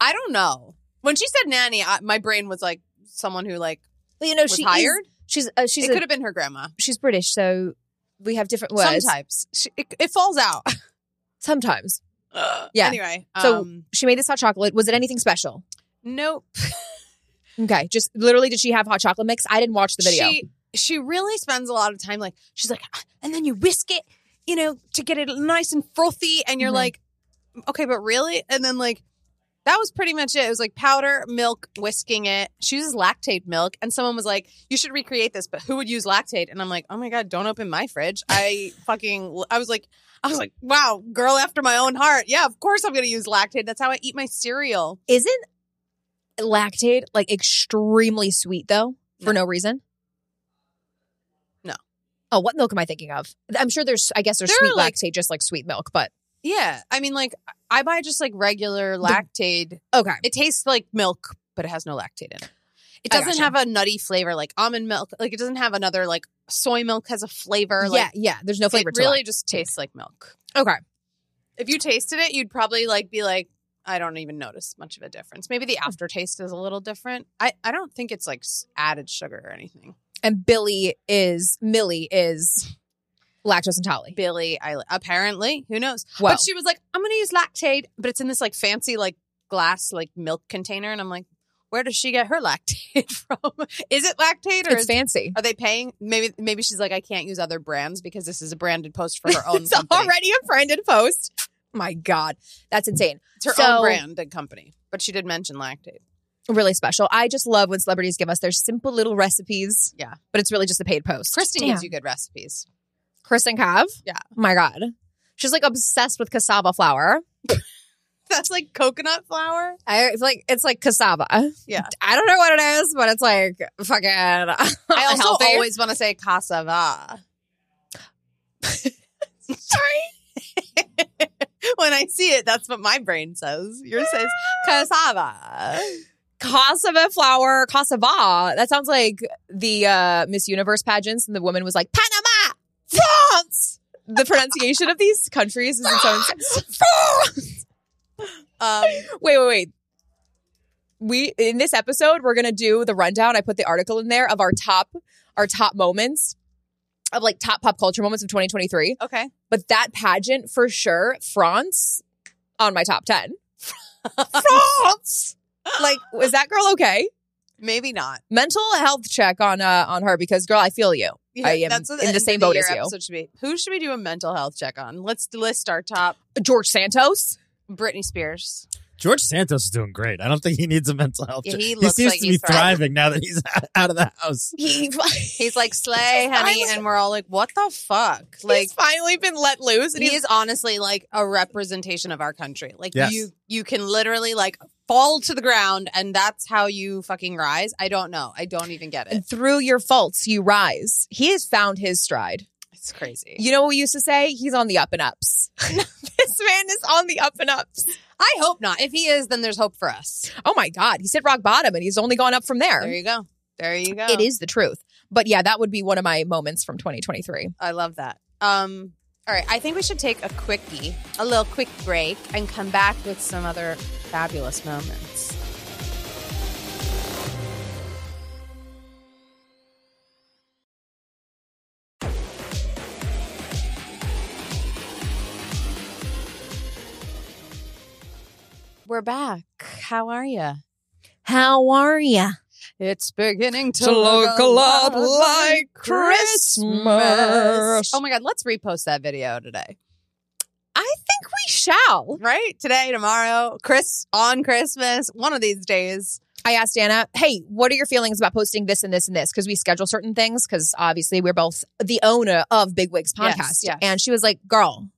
Speaker 3: I don't know. When she said nanny, I, my brain was like someone who like
Speaker 4: Well, you know,
Speaker 3: was
Speaker 4: she is-
Speaker 3: hired.
Speaker 4: she's uh, she's
Speaker 3: it
Speaker 4: a-
Speaker 3: could have been her grandma.
Speaker 4: she's British, so we have different words.
Speaker 3: Sometimes she, it, it falls out.
Speaker 4: Sometimes.
Speaker 3: yeah. Anyway,
Speaker 4: So-
Speaker 3: um,
Speaker 4: She made this hot chocolate. Was it anything special?
Speaker 3: nope.
Speaker 4: Okay. Just literally did she have hot chocolate mix? I didn't watch the video.
Speaker 3: She she really spends a lot of time like she's like, "Ah," and then you whisk it, you know, to get it nice and frothy, and you're
Speaker 4: Mhm.
Speaker 3: like, okay, but really, and then like. That was pretty much it. It was like powder, milk, whisking it. She uses lactate milk. And someone was like, You should recreate this, but who would use lactate? And I'm like, Oh my God, don't open my fridge. I fucking, I was like, I was like, Wow, girl after my own heart. Yeah, of course I'm going to use lactate. That's how I eat my cereal.
Speaker 4: Isn't lactate like extremely sweet though for no, reason?
Speaker 3: No.
Speaker 4: Oh, what milk am I thinking of? I'm sure there's I guess there's
Speaker 3: There are,
Speaker 4: sweet
Speaker 3: like-
Speaker 4: lactate just like sweet milk, but
Speaker 3: Yeah. I mean, like, I buy just like regular lactate.
Speaker 4: okay.
Speaker 3: It tastes like milk, but it has no lactate in it. It
Speaker 4: I
Speaker 3: doesn't
Speaker 4: gotcha.
Speaker 3: have a nutty flavor like almond milk. Like, it doesn't have another, like, soy milk has a flavor.
Speaker 4: yeah,
Speaker 3: Like,
Speaker 4: yeah. There's no flavor
Speaker 3: it
Speaker 4: to
Speaker 3: really just tastes like milk.
Speaker 4: it. Okay.
Speaker 3: If you tasted it, you'd probably, like, be like, I don't even notice much of a difference. Maybe
Speaker 4: Hmm.
Speaker 3: the aftertaste is a little different. I, I don't think it's like s- added sugar or anything.
Speaker 4: And Billy is Millie is lactose intolerant.
Speaker 3: Billy, I apparently, who knows?
Speaker 4: Well,
Speaker 3: But she was like, I'm going to use lactate, but it's in this like fancy like glass like milk container. And I'm like, where does she get her lactate from? is it lactate or
Speaker 4: it's
Speaker 3: is,
Speaker 4: fancy.
Speaker 3: are they paying? Maybe maybe she's like, I can't use other brands because this is a branded post for her own
Speaker 4: it's
Speaker 3: company.
Speaker 4: already a branded post. My God, that's insane.
Speaker 3: It's her
Speaker 4: So-
Speaker 3: own brand and company. But she did mention lactate.
Speaker 4: Really special. I just love when celebrities give us their simple little recipes.
Speaker 3: Yeah.
Speaker 4: but it's really just a paid post.
Speaker 3: Kristen
Speaker 4: Damn.
Speaker 3: gives you good recipes.
Speaker 4: Kristen Cav.
Speaker 3: Yeah.
Speaker 4: my God, she's like obsessed with cassava flour.
Speaker 3: That's like coconut flour.
Speaker 4: I it's like it's like cassava.
Speaker 3: Yeah.
Speaker 4: I don't know what it is, but it's like fucking.
Speaker 3: I also
Speaker 4: healthy.
Speaker 3: always want to say cassava. Sorry. when I see it, that's what my brain says. Yours says cassava.
Speaker 4: cassava flour cassava. That sounds like the uh, Miss Universe pageants, and the woman was like Panama, France. The pronunciation of these countries is insane.
Speaker 3: Um,
Speaker 4: Wait, wait, wait. We in this episode we're gonna do the rundown. I put the article in there of our top our top moments of like top pop culture moments of 2023.
Speaker 3: okay.
Speaker 4: But that pageant for sure, France on my top ten. France. Like, was that girl okay?
Speaker 3: Maybe not.
Speaker 4: Mental health check on uh on her because girl, I feel you. I am in the
Speaker 3: end of
Speaker 4: same boat
Speaker 3: year
Speaker 4: as you.
Speaker 3: episode Should be. Who should we do a mental health check on? Let's list our top
Speaker 4: George Santos.
Speaker 3: Britney Spears.
Speaker 5: George Santos is doing great. I don't think he needs a mental health.
Speaker 3: Yeah,
Speaker 5: check.
Speaker 3: he
Speaker 5: he
Speaker 3: looks
Speaker 5: seems
Speaker 3: like
Speaker 5: to be
Speaker 3: he's
Speaker 5: thriving now that he's out of the house.
Speaker 4: He
Speaker 3: He's like, slay, honey.
Speaker 4: was-
Speaker 3: And we're all like, what the fuck? Like,
Speaker 4: like finally been let loose and
Speaker 3: he
Speaker 4: he's
Speaker 3: is honestly like a representation of our country. Like
Speaker 5: Yes.
Speaker 3: you you can literally like fall to the ground and that's how you fucking rise. I don't know. I don't even get it.
Speaker 4: and through your faults you rise. He has found his stride.
Speaker 3: It's crazy.
Speaker 4: You know what we used to say? He's on the up and ups. this man is on the up and ups.
Speaker 3: I hope not. If he is, then there's hope for us.
Speaker 4: Oh my God. He's hit rock bottom and he's only gone up from there.
Speaker 3: There you go. There you go.
Speaker 4: It is the truth. But yeah, that would be one of my moments from 2023.
Speaker 3: I love that. Um all right, I think we should take a quickie, a little quick break and come back with some other fabulous moments. We're back. How are you?
Speaker 4: How are ya?
Speaker 3: It's beginning to,
Speaker 4: To look a lot like Christmas.
Speaker 3: Oh my God, let's repost that video today.
Speaker 4: I think we shall.
Speaker 3: Right? Today, tomorrow, Chris on Christmas, one of these days.
Speaker 4: I asked Anna, hey, what are your feelings about posting this and this and this? Because we schedule certain things because obviously we're both the owner of Big Wigs podcast.
Speaker 3: Yes, yes.
Speaker 4: And she was like, girl,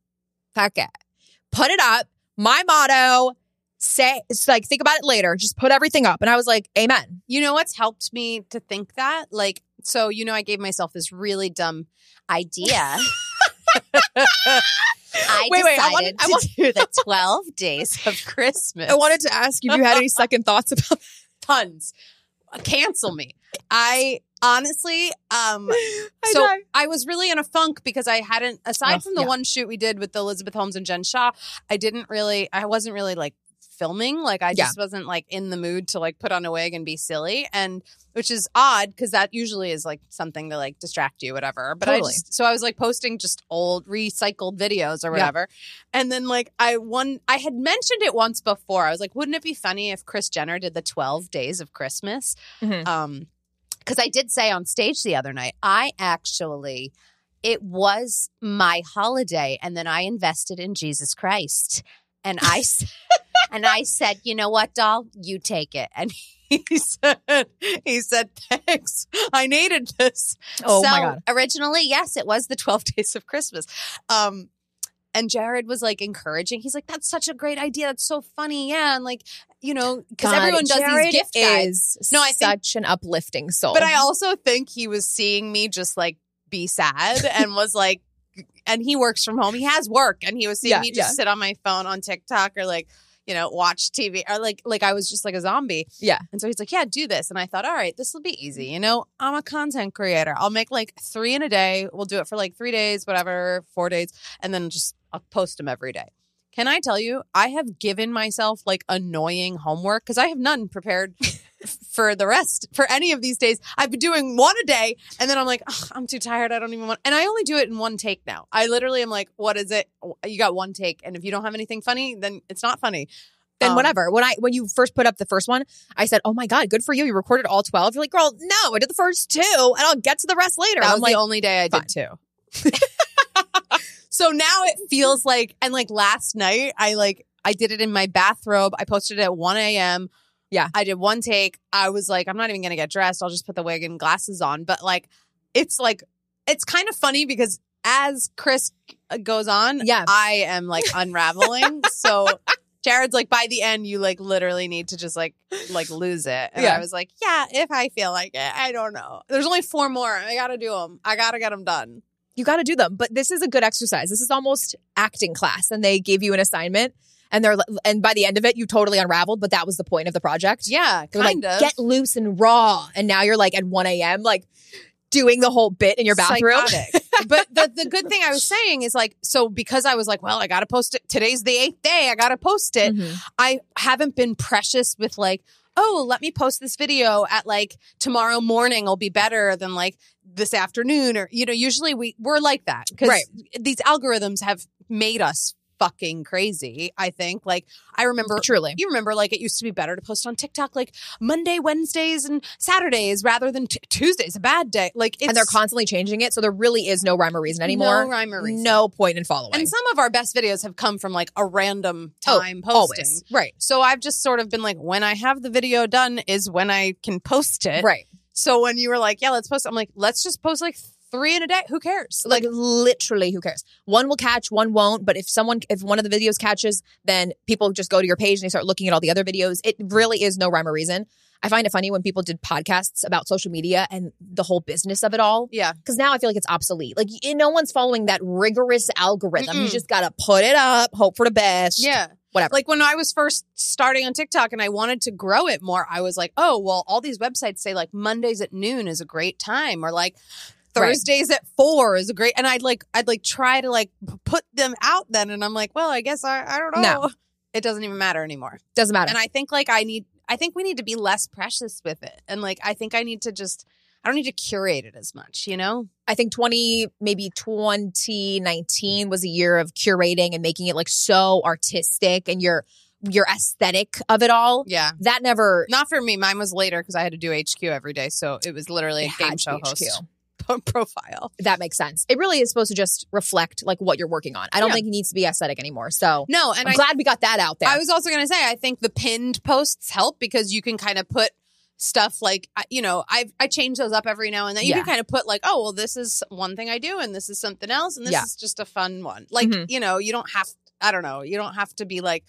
Speaker 4: fuck it. Put it up. My motto say it's like think about it later. Just put everything up. And I was like, Amen.
Speaker 3: You know what's helped me to think that? Like, so, you know, I gave myself this really dumb idea. I
Speaker 4: Wait, wait, I
Speaker 3: decided
Speaker 4: wanted- I
Speaker 3: to
Speaker 4: want-
Speaker 3: do the 12 days of Christmas.
Speaker 4: I wanted to ask if you had any second thoughts about
Speaker 3: tons. Cancel me. I honestly, um,
Speaker 4: I
Speaker 3: so
Speaker 4: die.
Speaker 3: I was really in a funk because I hadn't, aside
Speaker 4: Oh,
Speaker 3: from the
Speaker 4: yeah.
Speaker 3: one shoot we did with Elizabeth Holmes and Jen Shaw, I didn't really, I wasn't really like filming. Like I
Speaker 4: Yeah.
Speaker 3: just wasn't like in the mood to like put on a wig and be silly. And which is odd because that usually is like something to like distract you, whatever. But I
Speaker 4: Totally.
Speaker 3: just, so I was like posting just old recycled videos or
Speaker 4: Yeah.
Speaker 3: whatever. And then like I one I had mentioned it once before. I was like, wouldn't it be funny if Chris Jenner did the 12 days of Christmas?
Speaker 4: Mhm.
Speaker 3: Um cuz I did say on stage the other night, I actually it was my holiday and then I invested in Jesus Christ. And I s- and I said, "You know what, doll? You take it." And he said he said, "Thanks. I needed this."
Speaker 4: Oh
Speaker 3: so
Speaker 4: my god.
Speaker 3: Originally, yes, it was the 12 days of Christmas. Um and Jared was like encouraging. He's like, "That's such a great idea. That's so funny, yeah." And like, you know, because
Speaker 4: God,
Speaker 3: everyone does
Speaker 4: Jared
Speaker 3: these gift guides.
Speaker 4: is
Speaker 3: No, I think-
Speaker 4: such an uplifting soul.
Speaker 3: But I also think he was seeing me just like be sad and was like, and he works from home. He has work, and he was seeing
Speaker 4: Yeah,
Speaker 3: me just
Speaker 4: yeah.
Speaker 3: sit on my phone on TikTok or like. You know, watch TV or like, like I was just like a zombie.
Speaker 4: Yeah.
Speaker 3: And so he's like, yeah, do this. And I thought, all right, this will be easy. You know, I'm a content creator. I'll make like three in a day. We'll do it for like three days, whatever, four days, and then just I'll post them every day. Can I tell you, I have given myself like annoying homework because I have none prepared for the rest for any of these days. I've been doing one a day, and then I'm like, "Ugh, I'm too tired. I don't even want. And I only do it in one take now. I literally am like, what is it? You got one take, and if you don't have anything funny, then it's not funny.
Speaker 4: then
Speaker 3: um,
Speaker 4: whatever. When I when you first put up the first one, I said, "Oh my god, good for you! You recorded all 12. You're like, "Girl, no, I did the first two, and I'll get to the rest later."
Speaker 3: That
Speaker 4: I'm
Speaker 3: was
Speaker 4: like,
Speaker 3: the only day I did two. so now it feels like, and like last night, I like I did it in my bathrobe. I posted it at one a.m.
Speaker 4: Yeah.
Speaker 3: I did one take. I was like, I'm not even gonna get dressed. I'll just put the wig and glasses on. But like, it's like, it's kind of funny because as Chris uh, goes on,
Speaker 4: yeah,
Speaker 3: I am like unraveling. so Jared's like, by the end, you like literally need to just like like lose it. And
Speaker 4: Yeah.
Speaker 3: I was like, yeah, if I feel like it, I don't know. There's only four more. I gotta do them. I gotta get them done.
Speaker 4: you got to do them. But this is a good exercise. This is almost acting class, and they give you an assignment, and they're and by the end of it, you totally unraveled. But that was the point of the project.
Speaker 3: Yeah,
Speaker 4: They're like,
Speaker 3: kind of.
Speaker 4: get loose and raw, and now you're like at 1 a.m. like doing the whole bit in your bathroom.
Speaker 3: Psychotic. but the, the good thing I was saying is like, so because I was like, well, I gotta post it. Today's the eighth day. I gotta post it.
Speaker 4: Mhm.
Speaker 3: I haven't been precious with like, oh, let me post this video at like tomorrow morning will be better than like this afternoon or you know, usually we we're like that because
Speaker 4: Right.
Speaker 3: these algorithms have made us fucking crazy, I think. Like I remember
Speaker 4: Truly,
Speaker 3: you remember like it used to be better to post on TikTok like Monday, Wednesdays and Saturdays rather than t- Tuesdays, a bad day. Like it's
Speaker 4: and they're constantly changing it, so there really is no rhyme or reason anymore.
Speaker 3: No rhyme or reason.
Speaker 4: No point in following.
Speaker 3: And some of our best videos have come from like a random
Speaker 4: Oh,
Speaker 3: time posting.
Speaker 4: Always right,
Speaker 3: So I've just sort of been like, when I have the video done is when I can post it.
Speaker 4: right.
Speaker 3: So when you were like, yeah, let's post, I'm like, let's just post like three in a day. Who cares?
Speaker 4: like literally who cares one will catch one won't but if someone if one of the videos catches then people just go to your page and they start looking at all the other videos it really is no rhyme or reason i find it funny when people did podcasts about social media and the whole business of it all
Speaker 3: Yeah.
Speaker 4: because now i feel like it's obsolete like y- no one's following that rigorous algorithm you
Speaker 3: Mm-mm.
Speaker 4: just gotta put it up hope for the best
Speaker 3: Yeah.
Speaker 4: whatever
Speaker 3: Like when I was first starting on TikTok and I wanted to grow it more, I was like, oh, well, all these websites say like Mondays at noon is a great time or like
Speaker 4: Right.
Speaker 3: Thursdays at four is a great and I'd like I'd like try to like p- put them out then and I'm like, well, I guess I, I don't know.
Speaker 4: No.
Speaker 3: It doesn't even matter anymore.
Speaker 4: doesn't matter
Speaker 3: And I think like I need I think we need to be less precious with it. And like I think I need to just I don't need to curate it as much, you know?
Speaker 4: I think 20, maybe 2019 was a year of curating and making it like so artistic and your your aesthetic of it all.
Speaker 3: Yeah.
Speaker 4: That never
Speaker 3: Not for me. Mine was later because I had to do HQ every day. So it was literally a
Speaker 4: had
Speaker 3: game show
Speaker 4: HQ.
Speaker 3: host po- profile.
Speaker 4: That makes sense. It really is supposed to just reflect like what you're working on. I don't
Speaker 3: Yeah.
Speaker 4: think it needs to be aesthetic anymore. So
Speaker 3: No, and
Speaker 4: I'm
Speaker 3: I,
Speaker 4: glad we got that out there.
Speaker 3: I was also going to say, I think the pinned posts help because you can kind of put stuff like I- you know i i change those up every now and then you
Speaker 4: Yeah.
Speaker 3: can kind of put like oh well this is one thing i do and this is something else and this
Speaker 4: Yeah.
Speaker 3: is just a fun one like
Speaker 4: Mhm.
Speaker 3: you know you don't have i don't know you don't have to be like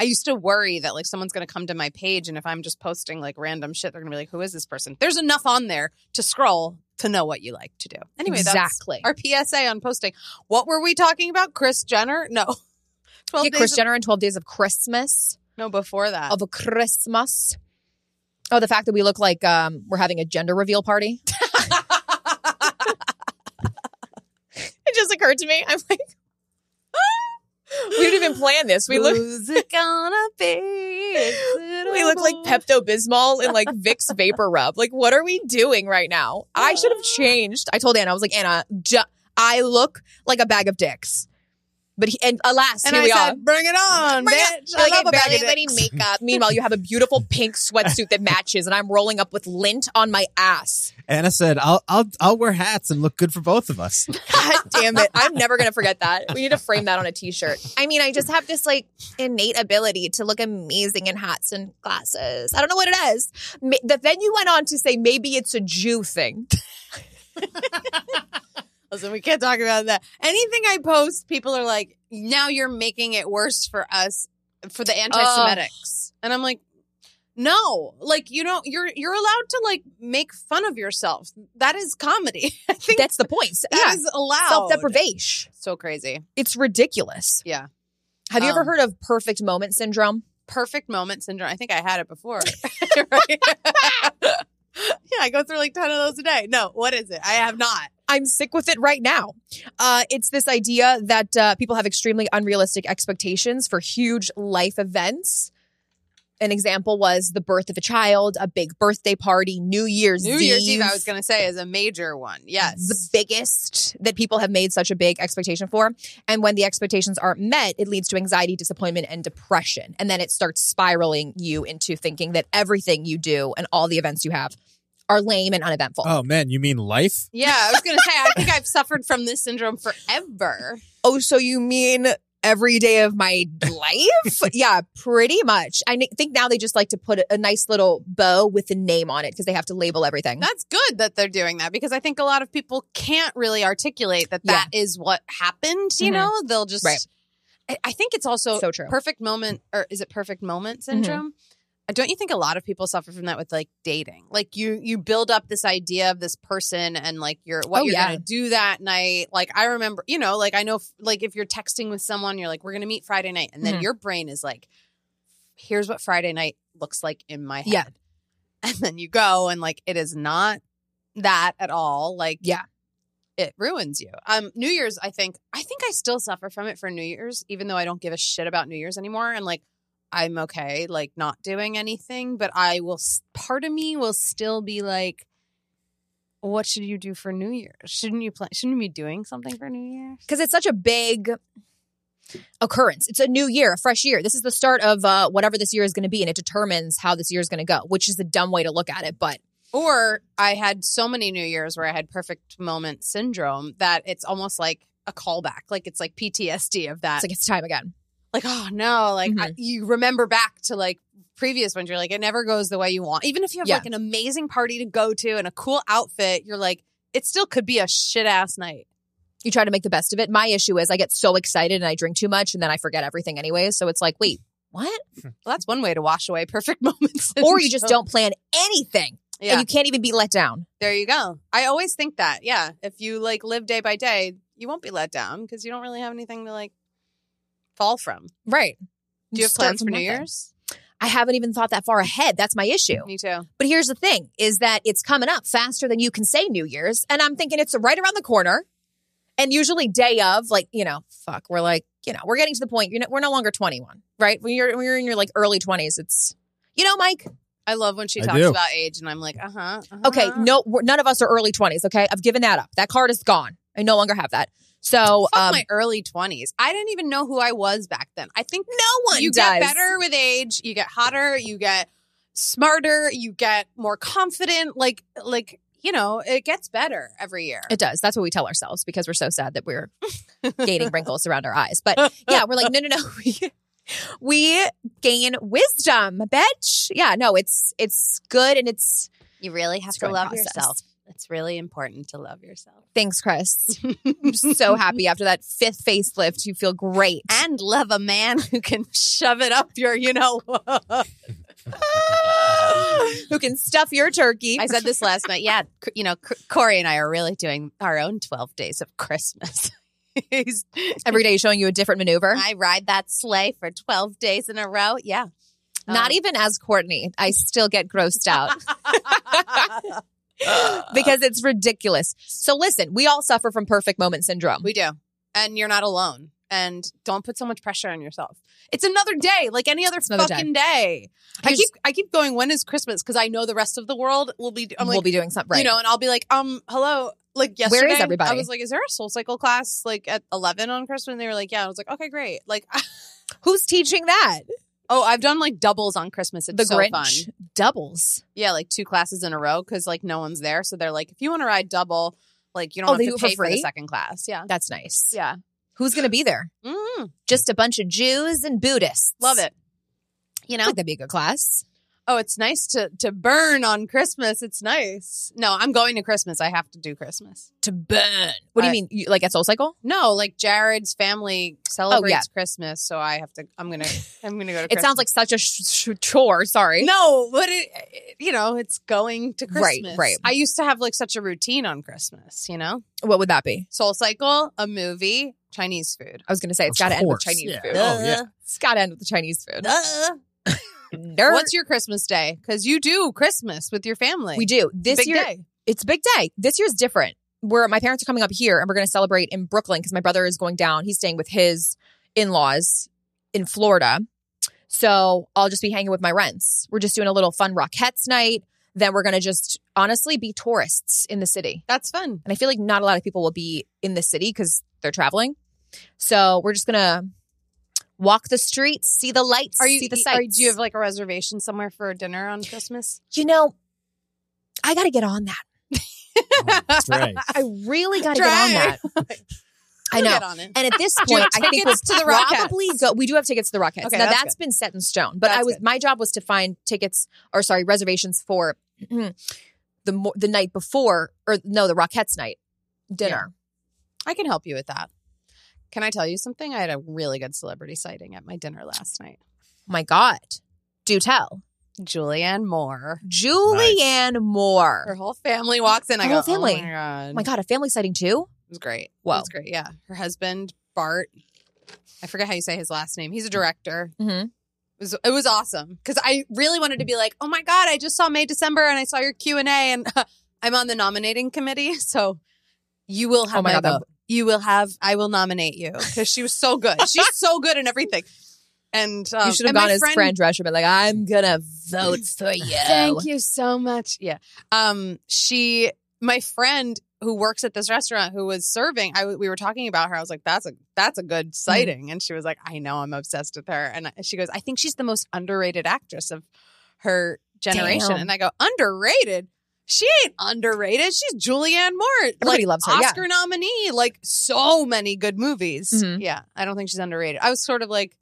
Speaker 3: I used to worry that like someone's going to come to my page and if I'm just posting like random shit, they're going to be like, who is this person? There's enough on there to scroll to know what you like to do. Anyway, that's
Speaker 4: exactly.
Speaker 3: our PSA on posting. What were we talking about? Chris Jenner? No. 12
Speaker 4: Yeah,
Speaker 3: days
Speaker 4: Chris
Speaker 3: of-
Speaker 4: Jenner and 12 Days of Christmas.
Speaker 3: no, before that.
Speaker 4: Of a Christmas. Oh, the fact that we look like um, we're having a gender reveal party. it just occurred to me. I'm like, "Ah, we didn't even plan this. We look
Speaker 3: Who's it gonna be?
Speaker 4: we look like Pepto Bismol and like Vicks Vapor Rub. Like, what are we doing right now? I should have changed. I told Anna, I was like, Anna, ju- I look like a bag of dicks. But he, and alas,
Speaker 3: And
Speaker 4: here
Speaker 3: I
Speaker 4: we are.
Speaker 3: said, bring it on,
Speaker 4: Bring
Speaker 3: bitch.
Speaker 4: it.
Speaker 3: I
Speaker 4: Like,
Speaker 3: love
Speaker 4: I
Speaker 3: a bag
Speaker 4: barely
Speaker 3: of
Speaker 4: have any makeup. Meanwhile, you have a beautiful pink sweatsuit that matches, and I'm rolling up with lint on my ass.
Speaker 5: Anna said, "I'll I'll I'll wear hats and look good for both of us."
Speaker 4: God damn it. I'm never going to forget that. We need to frame that on a t shirt. I mean, I just have this like innate ability to look amazing in hats and glasses. I don't know what it is. Ma- the- Then you went on to say maybe it's a Jew thing.
Speaker 3: Listen, we can't talk about that. Anything I post, people are like, now you're making it worse for us, for the anti-Semitics. And I'm like, no, like you know, you're you're allowed to like make fun of yourself. That is comedy. I think
Speaker 4: That's the point. S-
Speaker 3: that is allowed.
Speaker 4: yeah. Self deprivation.
Speaker 3: So crazy.
Speaker 4: It's ridiculous.
Speaker 3: Yeah.
Speaker 4: Have you ever
Speaker 3: Um,
Speaker 4: heard of perfect moment syndrome?
Speaker 3: Perfect moment syndrome. I think I had it before. Right? yeah, I go through like ten of those a day. No, what is it? I have not.
Speaker 4: I'm sick with it right now. Uh, it's this idea that uh, people have extremely unrealistic expectations for huge life events. An example was the birth of a child, a big birthday party, New Year's
Speaker 3: New
Speaker 4: Eve.
Speaker 3: Year's Eve, I was gonna say, is a major one. Yes.
Speaker 4: the biggest that people have made such a big expectation for. And when the expectations aren't met, it leads to anxiety, disappointment, and depression. And then it starts spiraling you into thinking that everything you do and all the events you have are lame and uneventful.
Speaker 5: oh man, you mean life?
Speaker 3: Yeah, I was gonna say I think I've suffered from this syndrome forever.
Speaker 4: oh, so you mean every day of my life? yeah, pretty much. I n- think now they just like to put a, a nice little bow with a name on it because they have to label everything.
Speaker 3: That's good that they're doing that because I think a lot of people can't really articulate that that is what happened. You
Speaker 4: Mhm.
Speaker 3: know, they'll just.
Speaker 4: Right.
Speaker 3: I, I think it's also
Speaker 4: so true.
Speaker 3: perfect moment, or is it perfect moment
Speaker 4: Mm-hmm.
Speaker 3: syndrome? Uh, Don't you think a lot of people suffer from that with like dating? Like you you build up this idea of this person and like you're what
Speaker 4: Oh,
Speaker 3: you're
Speaker 4: yeah.
Speaker 3: gonna do that night. Like I remember, you know, like I know f- like if you're texting with someone, you're like, we're gonna meet Friday night, and then
Speaker 4: Mhm.
Speaker 3: your brain is like, here's what Friday night looks like in my head.
Speaker 4: Yeah.
Speaker 3: And then you go and like it is not that at all. Like
Speaker 4: Yeah.
Speaker 3: It ruins you. Um New Year's, I think I think I still suffer from it for New Year's, even though I don't give a shit about New Year's anymore. And like I'm okay, like not doing anything, but I will s- part of me will still be like what should you do for New Year's? Shouldn't you plan? Shouldn't you be doing something for New Year's?
Speaker 4: because it's such a big occurrence. It's a new year, a fresh year. This is the start of uh, whatever this year is going to be, and it determines how this year is going to go, which is the dumb way to look at it. But
Speaker 3: Or I had so many New Year's where I had perfect moment syndrome that it's almost like a callback. Like it's like PTSD of that.
Speaker 4: it's like it's time again.
Speaker 3: like oh no like
Speaker 4: Mm-hmm.
Speaker 3: I, you remember back to like previous ones you're like it never goes the way you want even if you have
Speaker 4: Yeah.
Speaker 3: like an amazing party to go to and a cool outfit you're like it still could be a shit ass night
Speaker 4: You try to make the best of it. My issue is I get so excited and I drink too much, and then I forget everything anyways. So it's like, wait, what?
Speaker 3: well that's one way to wash away perfect moments
Speaker 4: Or you just don't plan anything,
Speaker 3: yeah
Speaker 4: and you can't even be let down.
Speaker 3: there you go i always think that yeah if you like live day by day you won't be let down because you don't really have anything to like fall from
Speaker 4: Right?
Speaker 3: do you have
Speaker 4: Start
Speaker 3: plans for
Speaker 4: from
Speaker 3: new
Speaker 4: nothing.
Speaker 3: year's
Speaker 4: I haven't even thought that far ahead. That's my issue.
Speaker 3: me too
Speaker 4: But here's the thing is that it's coming up faster than you can say New Year's. And I'm thinking it's right around the corner. And usually day of, like, you know, fuck, we're like, you know, we're getting to the point, you know, we're no longer 21, right? When you're, when you're in your like early 20s, it's, you know, Mike,
Speaker 3: i love when she
Speaker 5: I
Speaker 3: talks
Speaker 5: do.
Speaker 3: about age and i'm like uh-huh, uh-huh.
Speaker 4: okay, no, we're, none of us are early 20s, okay? I've given that up. That card is gone. I no longer have that. So,
Speaker 3: Fuck
Speaker 4: um,
Speaker 3: my early 20s. I didn't even know who I was back then. I think
Speaker 4: no one
Speaker 3: you
Speaker 4: does.
Speaker 3: get better with age, you get hotter, you get smarter, you get more confident. Like, like, you know, it gets better every year.
Speaker 4: It does. That's what we tell ourselves because we're so sad that we're gaining wrinkles around our eyes. But yeah, we're like, no, no, no. We, we gain wisdom, bitch. Yeah, no, it's it's good and it's
Speaker 3: you really
Speaker 4: it's a growing process.
Speaker 3: It's really important to love yourself.
Speaker 4: Thanks, Chris. I'm so happy after that fifth facelift. You feel great.
Speaker 3: And love a man who can shove it up your, you know. Ah.
Speaker 4: Who can stuff your turkey?
Speaker 3: I said this last night. Yeah, C- you know, C- Corey and I are really doing our own 12 days of Christmas. He's-
Speaker 4: every day showing you a different maneuver.
Speaker 3: I ride that sleigh for 12 days in a row. Yeah.
Speaker 4: Not
Speaker 3: Um,
Speaker 4: even as Courtney. I still get grossed out because it's ridiculous. So listen, we all suffer from perfect moment syndrome.
Speaker 3: We do. And you're not alone. And don't put so much pressure on yourself. It's another day, like any other
Speaker 4: It's another
Speaker 3: fucking day. I
Speaker 4: Here's-
Speaker 3: keep I keep going, when is Christmas? Because I know the rest of the world will be I'm like,
Speaker 4: we'll be doing something right.
Speaker 3: you know, and I'll be like, um, hello. Like
Speaker 4: is
Speaker 3: yesterday,
Speaker 4: everybody?
Speaker 3: I was like, "Is there a Soul Cycle class like at eleven on Christmas?" And they were like, "Yeah." I was like, "Okay, great." Like,
Speaker 4: Who's teaching that?
Speaker 3: oh, I've done like doubles on Christmas. It's
Speaker 4: The
Speaker 3: so
Speaker 4: Grinch
Speaker 3: fun.
Speaker 4: doubles.
Speaker 3: Yeah, like two classes in a row because like no one's there, so they're like, "If you want to ride double, like you don't
Speaker 4: Oh,
Speaker 3: have
Speaker 4: they
Speaker 3: to
Speaker 4: do it for
Speaker 3: pay for, the
Speaker 4: free?
Speaker 3: second class." Yeah,
Speaker 4: That's nice.
Speaker 3: yeah,
Speaker 4: Who's going to be there?
Speaker 3: mm,
Speaker 4: Just a bunch of Jews and Buddhists.
Speaker 3: love it. You
Speaker 4: I
Speaker 3: know,
Speaker 4: think that'd be a good class.
Speaker 3: oh, it's nice to to burn on Christmas. It's nice. No, I'm going to Christmas. I have to do Christmas.
Speaker 4: To burn. What do you
Speaker 3: I-
Speaker 4: mean? You, like at Soul Cycle?
Speaker 3: No, like Jared's family celebrates Christmas, so I have to. I'm gonna. I'm gonna go to.
Speaker 4: It sounds like such a sh- sh- chore. Sorry.
Speaker 3: No, but it, it- you know, it's going to
Speaker 4: Right,
Speaker 3: Christmas.
Speaker 4: right.
Speaker 3: I used to have like such a routine on Christmas, you know?
Speaker 4: What would that be?
Speaker 3: Soul Cycle, a movie, Chinese food.
Speaker 4: I was going to say it's
Speaker 5: Of
Speaker 4: got to end with
Speaker 5: course,
Speaker 4: Chinese
Speaker 5: yeah.
Speaker 4: food.
Speaker 5: Oh, yeah.
Speaker 4: It's got to end with the Chinese food.
Speaker 3: Duh.
Speaker 4: Nerd.
Speaker 3: What's your Christmas day? Because you do Christmas with your family.
Speaker 4: we do this
Speaker 3: Big
Speaker 4: year.
Speaker 3: day.
Speaker 4: It's a big day. This year's different. Where my parents are coming up here, and we're going to celebrate in Brooklyn because my brother is going down. He's staying with his in laws in Florida, so I'll just be hanging with my rents. We're just doing a little fun Rockettes night. Then we're going to just honestly be tourists in the city.
Speaker 3: That's fun.
Speaker 4: And I feel like not a lot of people will be in the city because they're traveling. So we're just gonna walk the streets, see the lights,
Speaker 3: Are you?
Speaker 4: see the
Speaker 3: are-
Speaker 4: sights.
Speaker 3: do you have like a reservation somewhere for dinner on Christmas?
Speaker 4: You know, I gotta get on that.
Speaker 5: That's right.
Speaker 4: I really gotta get on that. I know.
Speaker 3: Get on it.
Speaker 4: And at this point, I think we'll
Speaker 3: tickets to the Rockettes?
Speaker 4: probably go. We do have tickets to the Rockettes.
Speaker 3: Okay,
Speaker 4: now
Speaker 3: that's
Speaker 4: that's been set in stone. But I
Speaker 3: That's
Speaker 4: was
Speaker 3: good.
Speaker 4: my job was to find tickets or sorry reservations for the mo- the night before or no the Rockettes night dinner.
Speaker 3: I can help you with that. Can I tell you something? I had a really good celebrity sighting at my dinner last night.
Speaker 4: my God, do tell.
Speaker 3: Julianne Moore.
Speaker 4: Julianne Moore.
Speaker 3: Her whole family walks in. I
Speaker 4: Her whole
Speaker 3: go,
Speaker 4: family.
Speaker 3: Oh my god.
Speaker 4: Oh my god, a family sighting too?
Speaker 3: It was great.
Speaker 4: Whoa.
Speaker 3: It was great. Yeah. Her husband, Bart. I forget how you say his last name. He's a director.
Speaker 4: Mm-hmm.
Speaker 3: It was, it was awesome because I really wanted to be like, oh my god, I just saw May December and I saw your Q and A, and I'm on the nominating committee, so you will have
Speaker 4: Oh my
Speaker 3: my
Speaker 4: God, that-
Speaker 3: vote. You will have. I will nominate you because she was so good. She's so good in everything. And um,
Speaker 4: you should have
Speaker 3: and my
Speaker 4: gone as friend Drescher, but like, I'm gonna vote for you.
Speaker 3: Thank you so much. Yeah. Um, she, my friend who works at this restaurant who was serving, I, w- we were talking about her. I was like, that's a, that's a good
Speaker 4: Mm-hmm.
Speaker 3: sighting. And she was like, I know I'm obsessed with her. And I- she goes, I think she's the most underrated actress of her generation.
Speaker 4: Damn.
Speaker 3: And I go, underrated? She ain't underrated. She's Julianne Moore.
Speaker 4: Everybody
Speaker 3: like,
Speaker 4: loves her, yeah.
Speaker 3: Oscar nominee. Like so many good movies.
Speaker 4: Mhm.
Speaker 3: Yeah. I don't think she's underrated. I was sort of like,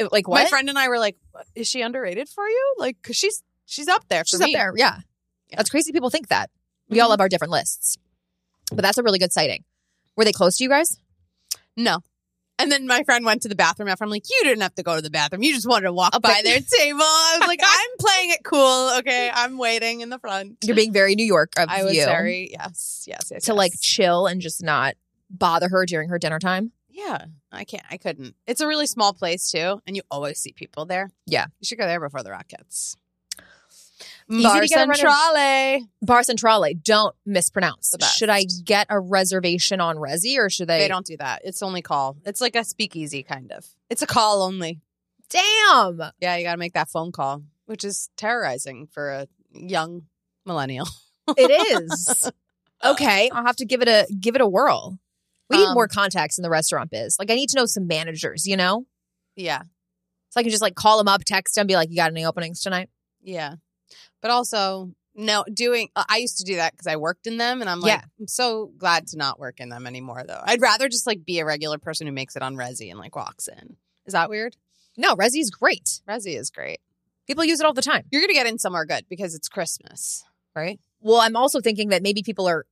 Speaker 4: Like
Speaker 3: my
Speaker 4: what?
Speaker 3: friend and I were like, is she underrated for you? Like, cause she's, she's up there. for
Speaker 4: She's up
Speaker 3: me.
Speaker 4: there. Yeah. that's crazy. People think that. We all
Speaker 3: Mhm.
Speaker 4: have our different lists, but that's a really good sighting. Were they close to you guys?
Speaker 3: No. And then my friend went to the bathroom after I'm like, you didn't have to go to the bathroom. You just wanted to walk
Speaker 4: Up
Speaker 3: by
Speaker 4: the-
Speaker 3: their table. I was like, I'm playing it cool. Okay. I'm waiting in the front.
Speaker 4: You're being very New York of
Speaker 3: I was
Speaker 4: you
Speaker 3: very, yes, yes, yes.
Speaker 4: to like
Speaker 3: yes.
Speaker 4: chill and just not bother her during her dinner time.
Speaker 3: yeah, I can't, I couldn't. It's a really small place too. And you always see people there.
Speaker 4: Yeah.
Speaker 3: You should go there before the Rockets.
Speaker 4: to
Speaker 3: Bar
Speaker 4: get a run in-
Speaker 3: Centrale.
Speaker 4: Bar Centrale, don't mispronounce.
Speaker 3: The best.
Speaker 4: Should I get a reservation on Resi or should they?
Speaker 3: They don't do that. It's only call. It's like a speakeasy kind of. It's a call only.
Speaker 4: Damn.
Speaker 3: Yeah, you got to make that phone call, which is terrorizing for a young millennial.
Speaker 4: It is. okay, I'll have to give it a give it a whirl. We need
Speaker 3: Um,
Speaker 4: more contacts in the restaurant biz. Like I need to know some managers, you know?
Speaker 3: Yeah.
Speaker 4: So I can just like call them up, text them, be like, "You got any openings tonight?"
Speaker 3: Yeah. But also, no, doing, uh, I used to do that because I worked in them and I'm like,
Speaker 4: Yeah.
Speaker 3: I'm so glad to not work in them anymore, though. I'd rather just like be a regular person who makes it on Resi and like walks in. Is that weird?
Speaker 4: No, Resi's great.
Speaker 3: Resi is great.
Speaker 4: People use it all the time.
Speaker 3: You're going to get in somewhere good because it's Christmas, right?
Speaker 4: Well, I'm also thinking that maybe people are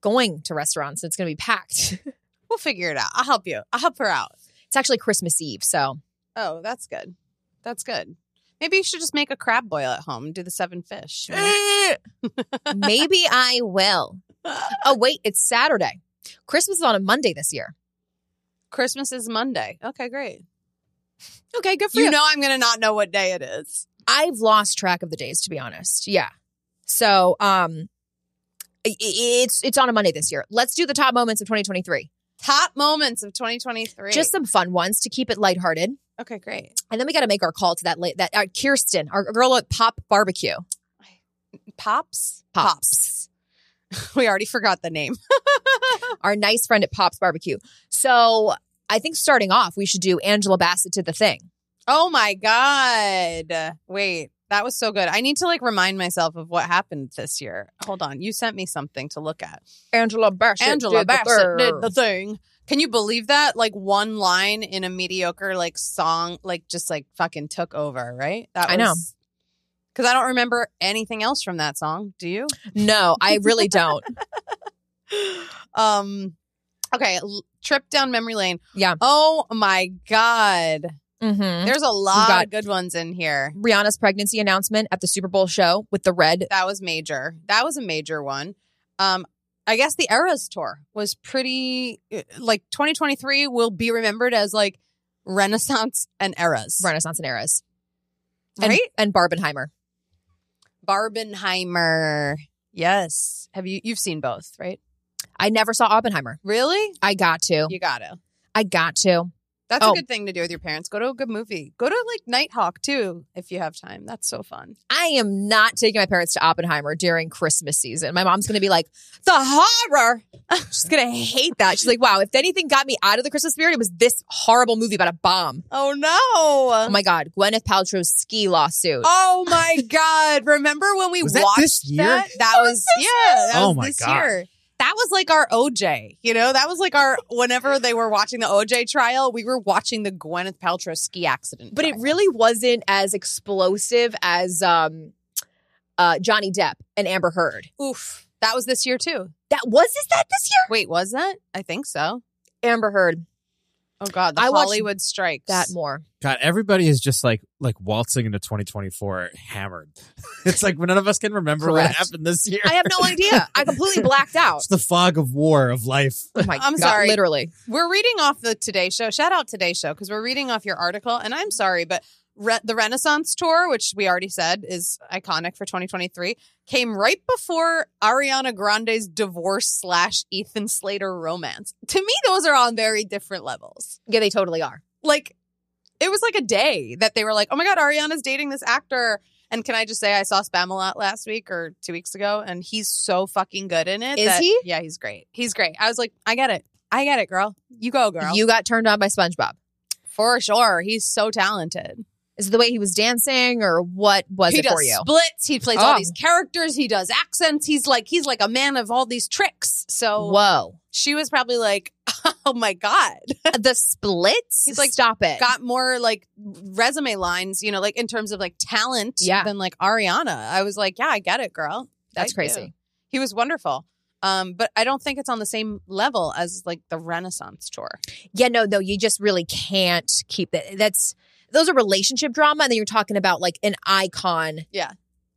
Speaker 4: going to restaurants and it's going to be packed.
Speaker 3: We'll figure it out. I'll help you. I'll help her out.
Speaker 4: it's actually Christmas Eve, so
Speaker 3: Oh, that's good. That's good. Maybe you should just make a crab boil at home. Do the seven fish.
Speaker 4: maybe I will. Oh wait, it's Saturday. Christmas is on a Monday this year.
Speaker 3: Christmas is Monday. Okay, great.
Speaker 4: Okay, good
Speaker 3: You know I'm gonna not know what day it is.
Speaker 4: I've lost track of the days to be honest. Yeah. So, um i- i- it's it's on a Monday this year. Let's do the top moments of 2023.
Speaker 3: Top moments of 2023.
Speaker 4: Just some fun ones to keep it lighthearted.
Speaker 3: okay, great.
Speaker 4: And then we got to make our call to that la- that uh, Kirsten, our girl at Pop Barbecue.
Speaker 3: Pops.
Speaker 4: Pops.
Speaker 3: We already forgot the name.
Speaker 4: Our nice friend at Pop's Barbecue. So, I think starting off, we should do Angela Bassett to the thing.
Speaker 3: Oh my god! Wait, that was so good. I need to like remind myself of what happened this year. Hold on, you sent me something to look at.
Speaker 4: Angela Bassett.
Speaker 3: Angela Bassett did the thing. Can you believe that? Like one line in a mediocre like song, like just like fucking took over, right? That
Speaker 4: I know.
Speaker 3: because I don't remember anything else from that song. Do you?
Speaker 4: No, I really don't.
Speaker 3: um, okay, l- trip down memory lane.
Speaker 4: Yeah.
Speaker 3: Oh my god,
Speaker 4: Mhm.
Speaker 3: there's a lot
Speaker 4: got-
Speaker 3: of good ones in here.
Speaker 4: Rihanna's pregnancy announcement at the Super Bowl show with the red
Speaker 3: that was major. That was a major one. Um, I guess the Eras tour was pretty uh, like 2023 will be remembered as like Renaissance and Eras.
Speaker 4: Renaissance and eras. And,
Speaker 3: Right?
Speaker 4: and Barbenheimer.
Speaker 3: Barbenheimer. Yes. Have you you've seen both, right?
Speaker 4: I never saw Oppenheimer.
Speaker 3: Really?
Speaker 4: I got to.
Speaker 3: You gotta.
Speaker 4: I got to.
Speaker 3: That's
Speaker 4: Oh.
Speaker 3: a good thing to do with your parents. Go to a good movie. Go to like Nighthawk too, if you have time. That's so fun.
Speaker 4: I am not taking my parents to Oppenheimer during Christmas season. My mom's going to be like, the horror. She's going to hate that. She's like, wow, if anything got me out of the Christmas spirit, it was this horrible movie about a bomb.
Speaker 3: Oh
Speaker 4: Oh
Speaker 3: no.
Speaker 4: my God. Gwyneth Paltrow's ski lawsuit.
Speaker 3: Oh my god. Remember when we
Speaker 5: Was that
Speaker 3: watched
Speaker 5: this year?
Speaker 3: that? That was yeah, that
Speaker 5: Oh
Speaker 3: was
Speaker 5: my
Speaker 3: this
Speaker 5: God.
Speaker 3: year. That was like our OJ, you know? That was like our whenever they were watching the OJ trial, we were watching the Gwyneth Paltrow ski accident.
Speaker 4: But it
Speaker 3: trial.
Speaker 4: really wasn't as explosive as um, uh, Johnny Depp and Amber Heard.
Speaker 3: oof. That was this year too.
Speaker 4: That was this that this year?
Speaker 3: Wait, was that? I think so.
Speaker 4: Amber Heard.
Speaker 3: Oh god, the
Speaker 4: I watched
Speaker 3: Hollywood strikes.
Speaker 4: That more.
Speaker 5: God, everybody is just like like waltzing into 2024 hammered. It's like none of us can remember what
Speaker 4: Correct.
Speaker 5: happened this year.
Speaker 4: I have no idea. I completely blacked out.
Speaker 5: It's the fog of war of life.
Speaker 4: Oh my
Speaker 3: I'm
Speaker 4: God,
Speaker 3: sorry.
Speaker 4: Literally.
Speaker 3: We're reading off the Today Show. Shout out Today Show because we're reading off your article. And I'm sorry, but re- the Renaissance tour, which we already said is iconic for 2023, came right before Ariana Grande's divorce slash Ethan Slater romance. To me, those are on very different levels.
Speaker 4: Yeah, they totally are.
Speaker 3: Like, it was like a day that they were like, "Oh my God, Ariana's dating this actor." And can I just say, I saw Spamalot last week or two weeks ago, and he's so fucking good in it.
Speaker 4: Is
Speaker 3: that-
Speaker 4: he?
Speaker 3: Yeah, he's great. He's great. I was like, I get it. I get it, girl. You go, girl.
Speaker 4: You got turned on by SpongeBob.
Speaker 3: For sure. He's so talented.
Speaker 4: Is it the way he was dancing or what was
Speaker 3: he
Speaker 4: it
Speaker 3: does
Speaker 4: for you?
Speaker 3: splits. He plays all
Speaker 4: Oh.
Speaker 3: these characters. He does accents. He's like he's like a man of all these tricks. So
Speaker 4: Whoa.
Speaker 3: she was probably like, Oh my God.
Speaker 4: the splits?
Speaker 3: He's like,
Speaker 4: stop it.
Speaker 3: Got more like resume lines, you know, like in terms of like talent
Speaker 4: Yeah.
Speaker 3: than like Ariana. I was like, Yeah, I get it, girl.
Speaker 4: That's
Speaker 3: I
Speaker 4: crazy.
Speaker 3: do. He was wonderful. Um, but I don't think it's on the same level as like the Renaissance tour.
Speaker 4: Yeah, no, no, you just really can't keep it. That's those are relationship drama. And then you're talking about like an icon.
Speaker 3: Yeah.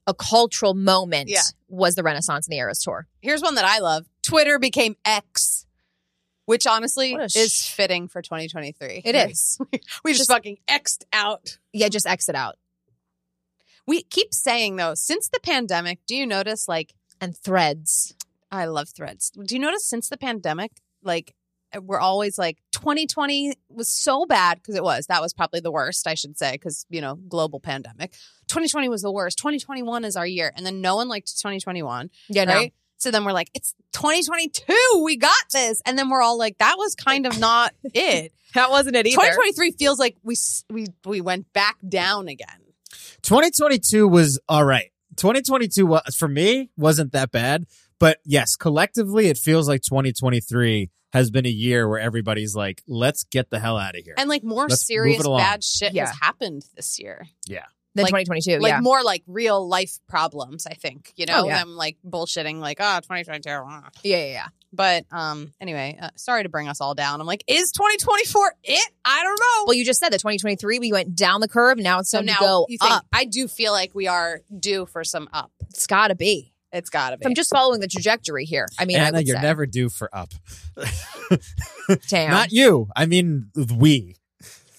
Speaker 4: A cultural moment
Speaker 3: Yeah.
Speaker 4: was the Renaissance and the Eras tour.
Speaker 3: Here's one that I love. Twitter became X, which honestly
Speaker 4: What a sh-
Speaker 3: is fitting for 2023.
Speaker 4: It is.
Speaker 3: We just, fucking X'd out.
Speaker 4: yeah, just exit out
Speaker 3: We keep saying though, since the pandemic, do you notice like
Speaker 4: and threads.
Speaker 3: I love threads. Do you notice since the pandemic, like eh, we're always like 2020 was so bad because it was. That was probably the worst, I should say, because you know, global pandemic. 2020 was the worst. 2021 is our year. And then no one liked 2021.
Speaker 4: Yeah,
Speaker 3: right? So then we're like, it's 2022. We got this. And then we're all like, that was kind of not it.
Speaker 4: That wasn't it
Speaker 3: 2023 feels like we s- we we went back down again.
Speaker 5: 2022 was all right. 2022 wa- for me wasn't that bad, but yes, collectively it feels like 2023 has been a year where everybody's like, let's get the hell out of here.
Speaker 3: And like more
Speaker 5: Let's move it
Speaker 3: serious
Speaker 5: along.
Speaker 3: bad shit
Speaker 4: Yeah.
Speaker 3: has happened this year.
Speaker 5: Yeah.
Speaker 4: than
Speaker 3: Like-
Speaker 4: 2022.
Speaker 3: like
Speaker 4: yeah.
Speaker 3: more like real life problems i think you know
Speaker 4: Oh, yeah.
Speaker 3: them like bullshitting like oh 2022 ah."
Speaker 4: yeah, yeah, yeah.
Speaker 3: but um anyway uh, sorry to bring us all down i'm like is 2024 it i don't know
Speaker 4: Well, you just said that 2023 we went down the curve. Now it's
Speaker 3: so
Speaker 4: time
Speaker 3: now
Speaker 4: to go
Speaker 3: you think
Speaker 4: up.
Speaker 3: i do feel like we are due for some up
Speaker 4: It's got to be.
Speaker 3: it's gotta be
Speaker 4: I'm just following the trajectory here. I mean, I
Speaker 5: Anna,
Speaker 4: would
Speaker 5: you're
Speaker 4: say.
Speaker 5: never due for up.
Speaker 4: Damn.
Speaker 5: Not you. I mean, we,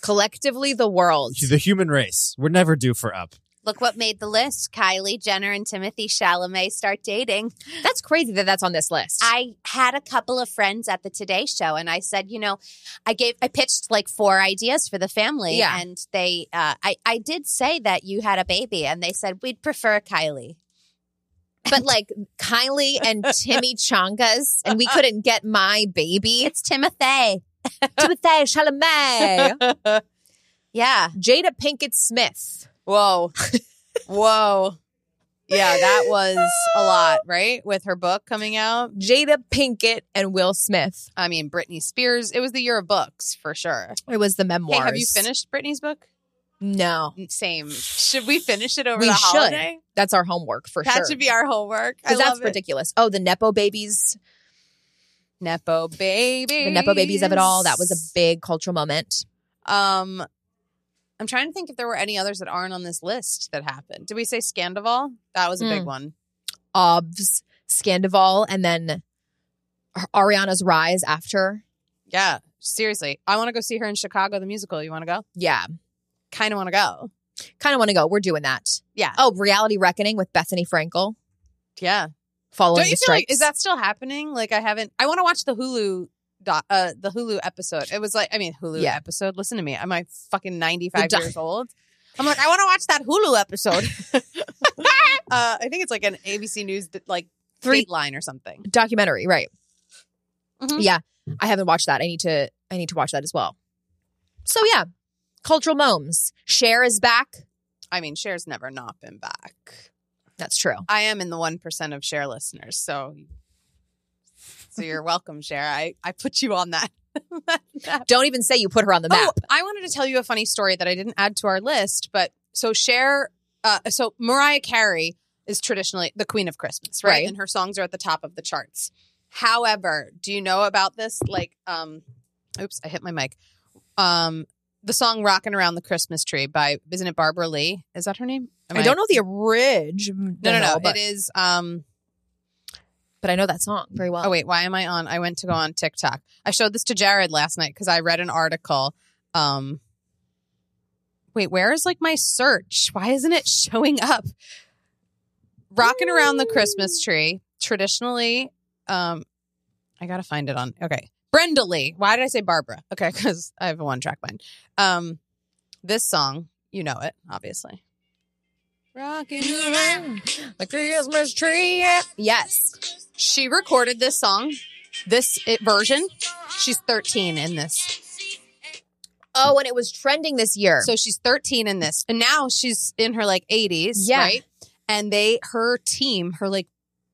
Speaker 4: collectively the world.
Speaker 5: the human race, we're never due for up.
Speaker 6: Look what made the list. Kylie Jenner and Timothy Chalamet start dating.
Speaker 4: That's crazy that that's on this list.
Speaker 6: I had a couple of friends at the Today Show, and I said, you know, I gave, I pitched like four ideas for the family,
Speaker 4: Yeah.
Speaker 6: and they, uh, I, I did say that you had a baby, and they said we'd prefer Kylie.
Speaker 4: but like Kylie and Timmy Chongas, and we couldn't get my baby.
Speaker 6: It's Timothy.
Speaker 4: Timothy Chalamet,
Speaker 6: Yeah,
Speaker 4: Jada Pinkett Smith.
Speaker 3: whoa whoa yeah that was a lot right with her book coming out
Speaker 4: Jada Pinkett and Will Smith.
Speaker 3: i mean britney spears it was the year of books for sure
Speaker 4: It was the memoirs.
Speaker 3: hey have you finished britney's book
Speaker 4: No,
Speaker 3: same should we finish it over
Speaker 4: We
Speaker 3: the
Speaker 4: should,
Speaker 3: holiday
Speaker 4: that's our homework for
Speaker 3: that
Speaker 4: sure.
Speaker 3: should be our homework I
Speaker 4: because that's
Speaker 3: love it.
Speaker 4: ridiculous. Oh, the Nepo babies,
Speaker 3: Nepo baby.
Speaker 4: the Nepo babies of it all. That was a big cultural moment.
Speaker 3: Um, I'm trying to think if there were any others that aren't on this list that happened. Did we say Scandival? That was a big
Speaker 4: Mm.
Speaker 3: one.
Speaker 4: Obs, Scandival, and then Ariana's rise after.
Speaker 3: Yeah, seriously. I want to go see her in Chicago, the musical. You want to go?
Speaker 4: Yeah,
Speaker 3: Kind of want to go.
Speaker 4: kind of want to go. We're doing that.
Speaker 3: Yeah.
Speaker 4: Oh, Reality Reckoning with Bethany Frankel.
Speaker 3: Yeah.
Speaker 4: Following
Speaker 3: Don't you
Speaker 4: the
Speaker 3: feel
Speaker 4: strikes.
Speaker 3: like, is that still happening? Like, I haven't, I want to watch the Hulu. doc- Uh, the Hulu episode. It was like, I mean, Hulu
Speaker 4: Yeah.
Speaker 3: episode. Listen to me. I'm like fucking 95
Speaker 4: The doc-
Speaker 3: years old. I'm like, I want to watch that Hulu episode. uh, I think it's like an ABC News like
Speaker 4: Three-
Speaker 3: three line or something.
Speaker 4: documentary? Right.
Speaker 3: Mhm.
Speaker 4: Yeah, I haven't watched that. I need to. I need to watch that as well. So yeah, cultural momes. Cher is back.
Speaker 3: I mean, share's never not been back.
Speaker 4: That's true.
Speaker 3: I am in the one percent of share listeners, so so you're welcome, share. I I put you on that.
Speaker 4: Don't even say you put her on the map.
Speaker 3: Uh, Oh, I wanted to tell you a funny story that I didn't add to our list, but so Cher, uh, so Mariah Carey is traditionally the queen of Christmas, right?
Speaker 4: Right.
Speaker 3: And her songs are at the top of the charts. However, do you know about this? Like, um, oops, I hit my mic. Um, the song "Rocking Around the Christmas Tree" by isn't it Barbara Lee? Is that her name? Am
Speaker 4: I, don't know the original.
Speaker 3: No, no, no.
Speaker 4: But,
Speaker 3: it is. Um,
Speaker 4: but I know that song very well.
Speaker 3: Oh wait, why am I on? I went to go on TikTok. I showed this to Jared last night because I read an article. Um, wait, where is like my search? Why isn't it showing up? Rocking around the Christmas tree traditionally. Um, I gotta find it on. Okay, Brenda Lee. Why did I say Barbara? Okay, because I have a one track mind. Um, this song, you know it, obviously. Rocking around the Christmas tree.
Speaker 4: Yes.
Speaker 3: She recorded this song, this it, version. She's 13 in this.
Speaker 4: Oh, and it was trending this year.
Speaker 3: So she's 13 in this. And now she's in her like 80s,
Speaker 4: Yeah.
Speaker 3: right? And they her team, her like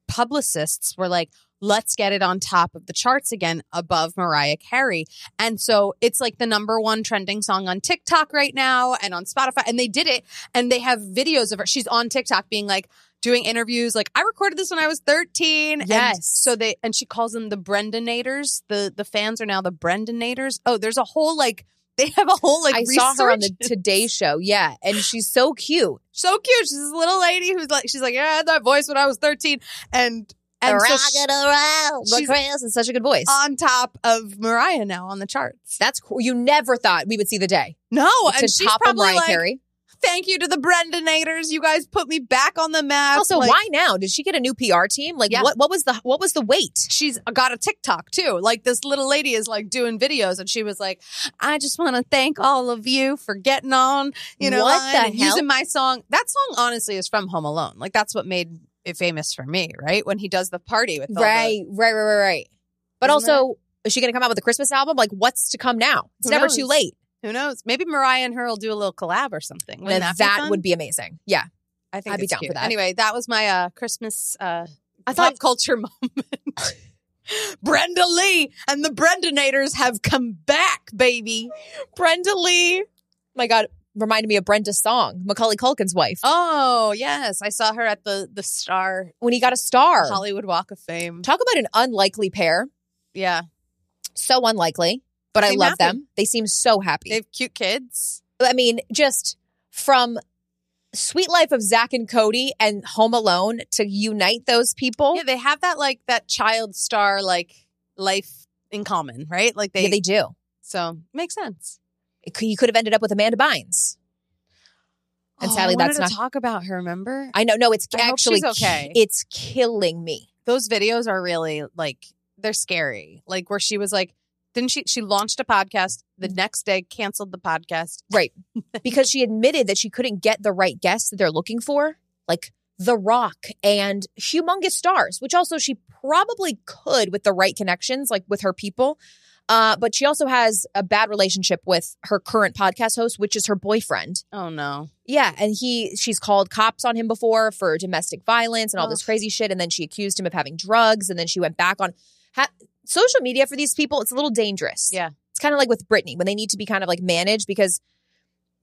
Speaker 3: publicists were like let's get it on top of the charts again above Mariah Carey. And so it's like the number one trending song on TikTok right now and on Spotify. And they did it and they have videos of her. She's on TikTok being like doing interviews like I recorded this when I was 13. And
Speaker 4: Yes.
Speaker 3: so they and she calls them the Brendanators. The the fans are now the Brendanators. Oh, there's a whole like they have a whole like
Speaker 4: I saw her on
Speaker 3: research.
Speaker 4: the Today Show. Yeah, and she's so cute.
Speaker 3: so cute. She's this little lady who's like she's like, Yeah, I had that voice when I was 13. And and so she's
Speaker 6: rocking around.
Speaker 4: Look,
Speaker 3: She's-
Speaker 4: Chris is such a good voice.
Speaker 3: on top of Mariah now on the charts.
Speaker 4: That's cool. You never thought we would see the day
Speaker 3: No,
Speaker 4: to
Speaker 3: and she's
Speaker 4: top of
Speaker 3: probably
Speaker 4: Mariah
Speaker 3: like,
Speaker 4: Carey.
Speaker 3: thank you to the Brendanators. You guys put me back on the map.
Speaker 4: Also,
Speaker 3: Like,
Speaker 4: why now? Did she get a new PR team? Like,
Speaker 3: Yeah.
Speaker 4: what? What was the? What was the wait?
Speaker 3: she's got a TikTok too. Like this little lady is like doing videos and she was like, I just want to thank all of you for getting on, you know,
Speaker 4: What
Speaker 3: line
Speaker 4: the
Speaker 3: and
Speaker 4: hell?
Speaker 3: using my song. That song honestly is from Home Alone. Like that's what made it famous for me, right? When he does the party with all the-
Speaker 4: right, right, right, right. But
Speaker 3: Isn't
Speaker 4: also, is she going to come out with a Christmas album? Like, what's to come now? It's
Speaker 3: Who
Speaker 4: never
Speaker 3: knows?
Speaker 4: too late.
Speaker 3: who knows? Maybe Mariah and her will do a little collab or something. Wouldn't
Speaker 4: that
Speaker 3: that, be fun?
Speaker 4: would be amazing. Yeah,
Speaker 3: I think
Speaker 4: I'd be
Speaker 3: it's
Speaker 4: down for
Speaker 3: cute.
Speaker 4: that.
Speaker 3: Anyway, that was my uh, Christmas uh,
Speaker 4: I
Speaker 3: I
Speaker 4: thought-
Speaker 3: thought pop culture moment. Brenda Lee and the Brendanators have come back, baby.
Speaker 4: Brenda Lee. Oh My God, reminded me of Brenda's song, Macaulay Culkin's wife,
Speaker 3: Oh yes, I saw her at the the Star
Speaker 4: when he got a star.
Speaker 3: Hollywood Walk of Fame.
Speaker 4: Talk about an unlikely pair.
Speaker 3: Yeah,
Speaker 4: So unlikely, but I
Speaker 3: Seem
Speaker 4: love
Speaker 3: happy.
Speaker 4: them. They seem so happy.
Speaker 3: they have cute kids.
Speaker 4: I mean, just from Sweet Life of Zach and Cody and Home Alone to unite those people.
Speaker 3: Yeah, they have that like that child star like life in common, right? Like they,
Speaker 4: Yeah, they do.
Speaker 3: so makes sense.
Speaker 4: It cou- You could have ended up with Amanda Bynes. And
Speaker 3: Oh,
Speaker 4: sadly,
Speaker 3: I wanted
Speaker 4: that's
Speaker 3: to
Speaker 4: not.
Speaker 3: talk about her. Remember,
Speaker 4: I know. No, it's
Speaker 3: I hope
Speaker 4: actually
Speaker 3: she's okay.
Speaker 4: ki- It's killing me.
Speaker 3: those videos are really like they're scary. Like where she was like, didn't she? She launched a podcast
Speaker 4: Mm-hmm.
Speaker 3: the next day, canceled the podcast.
Speaker 4: Right. because she admitted that she couldn't get the right guests that they're looking for, like The Rock and humongous stars, which also she probably could with the right connections, like with her people. Uh, but she also has a bad relationship with her current podcast host, which is her boyfriend.
Speaker 3: Oh no,
Speaker 4: Yeah, and he she's called cops on him before for domestic violence and all this
Speaker 3: Ugh.
Speaker 4: crazy shit, and then she accused him of having drugs, and then she went back on ha- social media for these people. It's a little dangerous.
Speaker 3: Yeah.
Speaker 4: it's kind of like with Britney when they need to be kind of like managed because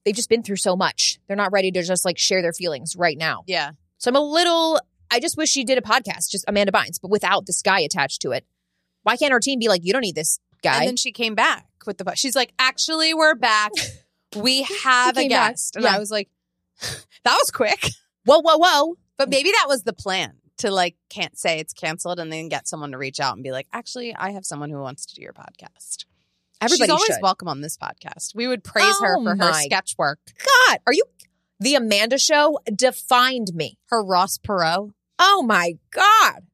Speaker 4: they've just been through so much. They're not ready to just like share their feelings right now.
Speaker 3: yeah,
Speaker 4: So I'm a little. I just wish she did a podcast, just Amanda Bynes, but without this guy attached to it. Why can't our team be like, you don't need this guy?
Speaker 3: and then she came back with the bu- she's like actually we're back we have a
Speaker 4: came back,
Speaker 3: guest and
Speaker 4: yeah.
Speaker 3: i was like that was quick
Speaker 4: whoa, whoa, whoa!
Speaker 3: but maybe that was the plan to like can't say it's canceled and then get someone to reach out and be like actually i have someone who wants to do your podcast
Speaker 4: Everybody
Speaker 3: She's always
Speaker 4: should.
Speaker 3: welcome on this podcast we would praise her
Speaker 4: Oh
Speaker 3: for her
Speaker 4: my
Speaker 3: sketch work
Speaker 4: God, are you? The Amanda Show defined me.
Speaker 3: her ross perot
Speaker 4: Oh my God.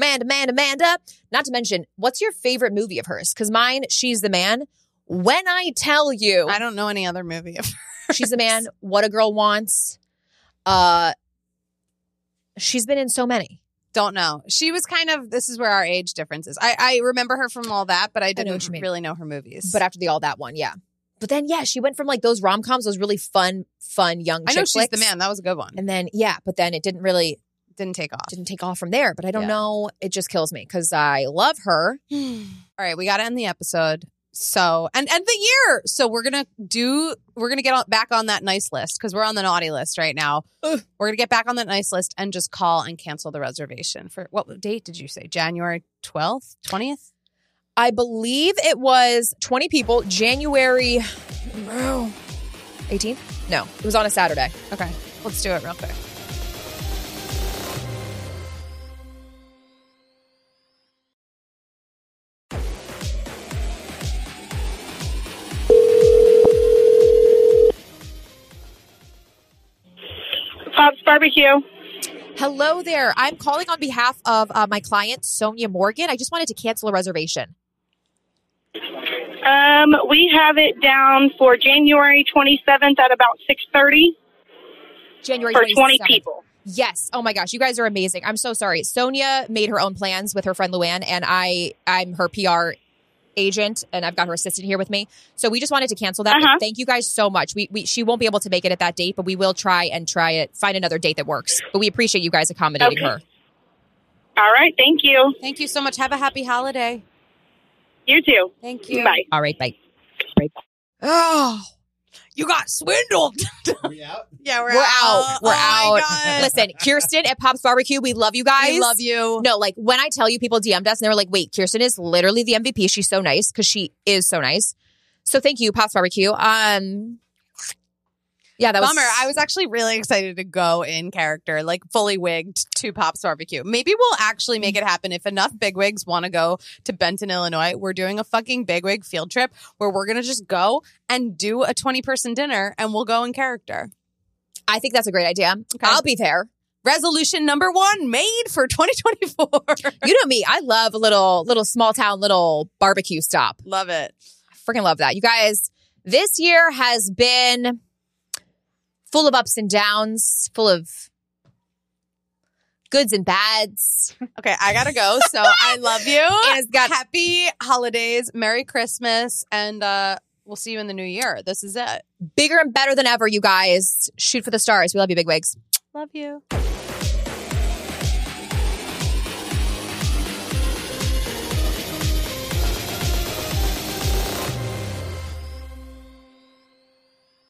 Speaker 4: Amanda, Amanda, Amanda. Not to mention, what's your favorite movie of hers? Because mine, She's the Man. When I tell you,
Speaker 3: i don't know any other movie of
Speaker 4: She's the Man, What a Girl Wants. Uh, She's been in so many.
Speaker 3: don't know she was kind of this is where our age difference is i, I remember her from all that but i
Speaker 4: know what
Speaker 3: didn't
Speaker 4: you mean.
Speaker 3: really know her movies
Speaker 4: But after the All That one, yeah. But then, yeah, she went from like those rom coms, those really fun, fun young
Speaker 3: i know
Speaker 4: chick
Speaker 3: she's the
Speaker 4: flicks.
Speaker 3: man that was a good one
Speaker 4: And then, yeah, but then it didn't really,
Speaker 3: didn't take off
Speaker 4: didn't take off from there. But I don't
Speaker 3: Yeah.
Speaker 4: know. It just kills me because I love her.
Speaker 3: All right, we got to end the episode. So and end the year. So we're gonna do. We're gonna get on, back on that nice list because we're on the naughty list right now.
Speaker 4: Ugh.
Speaker 3: We're gonna get back on that nice list and just call and cancel the reservation for what date did you say? January twelfth, twentieth.
Speaker 4: I believe it was 20 people, January 18th? No, it was on a Saturday.
Speaker 3: Okay, let's do it real quick.
Speaker 7: Pop's Barbecue.
Speaker 4: Hello there. I'm calling on behalf of uh, my client, Sonia Morgan. I just wanted to cancel a reservation.
Speaker 7: Um, we have it down for January 27th at about 6:30
Speaker 4: January
Speaker 7: for 20
Speaker 4: 27th.
Speaker 7: people.
Speaker 4: Yes. Oh my gosh, you guys are amazing. I'm so sorry. Sonia made her own plans with her friend Luann, and I, I'm her PR agent, and I've got her assistant here with me. So we just wanted to cancel that. but
Speaker 7: Uh-huh.
Speaker 4: Thank you guys so much. We, we she won't be able to make it at that date, but we will try and try it, find another date that works. But we appreciate you guys accommodating
Speaker 7: Okay.
Speaker 4: her.
Speaker 7: All right, thank you.
Speaker 3: Thank you so much. Have a happy holiday.
Speaker 7: You too.
Speaker 3: Thank you.
Speaker 7: Bye.
Speaker 4: All right, bye.
Speaker 3: Oh, you got swindled.
Speaker 5: we out?
Speaker 3: Yeah,
Speaker 4: We're out. We're
Speaker 3: Oh my God.
Speaker 4: out. Listen, Kirsten at Pop's Barbecue, we love you guys.
Speaker 3: we love you.
Speaker 4: No, like when I tell you people DM'd us and they were like, wait, Kirsten is literally the MVP. She's so nice because she is so nice. So thank you, Pop's Barbecue. Um, yeah, that
Speaker 3: Bummer.
Speaker 4: was.
Speaker 3: I was actually really excited to go in character, like fully wigged to Pop's Barbecue. Maybe we'll actually make it happen if enough bigwigs want to go to Benton, Illinois. We're doing a fucking bigwig field trip where we're gonna just go and do a twenty person dinner, and we'll go in character.
Speaker 4: I think that's a great idea. I'll be there.
Speaker 3: Resolution number one made for 2024.
Speaker 4: You know me. I love a little, little small town, little barbecue stop.
Speaker 3: Love it.
Speaker 4: I freaking love that. You guys, this year has been full of ups and downs, full of goods and bads.
Speaker 3: Okay, I gotta go. So I love you.
Speaker 4: And it's got
Speaker 3: Happy holidays, Merry Christmas, and uh, we'll see you in the new year. This is it.
Speaker 4: bigger and better than ever, you guys. Shoot for the stars. We love you, big wigs.
Speaker 3: Love you.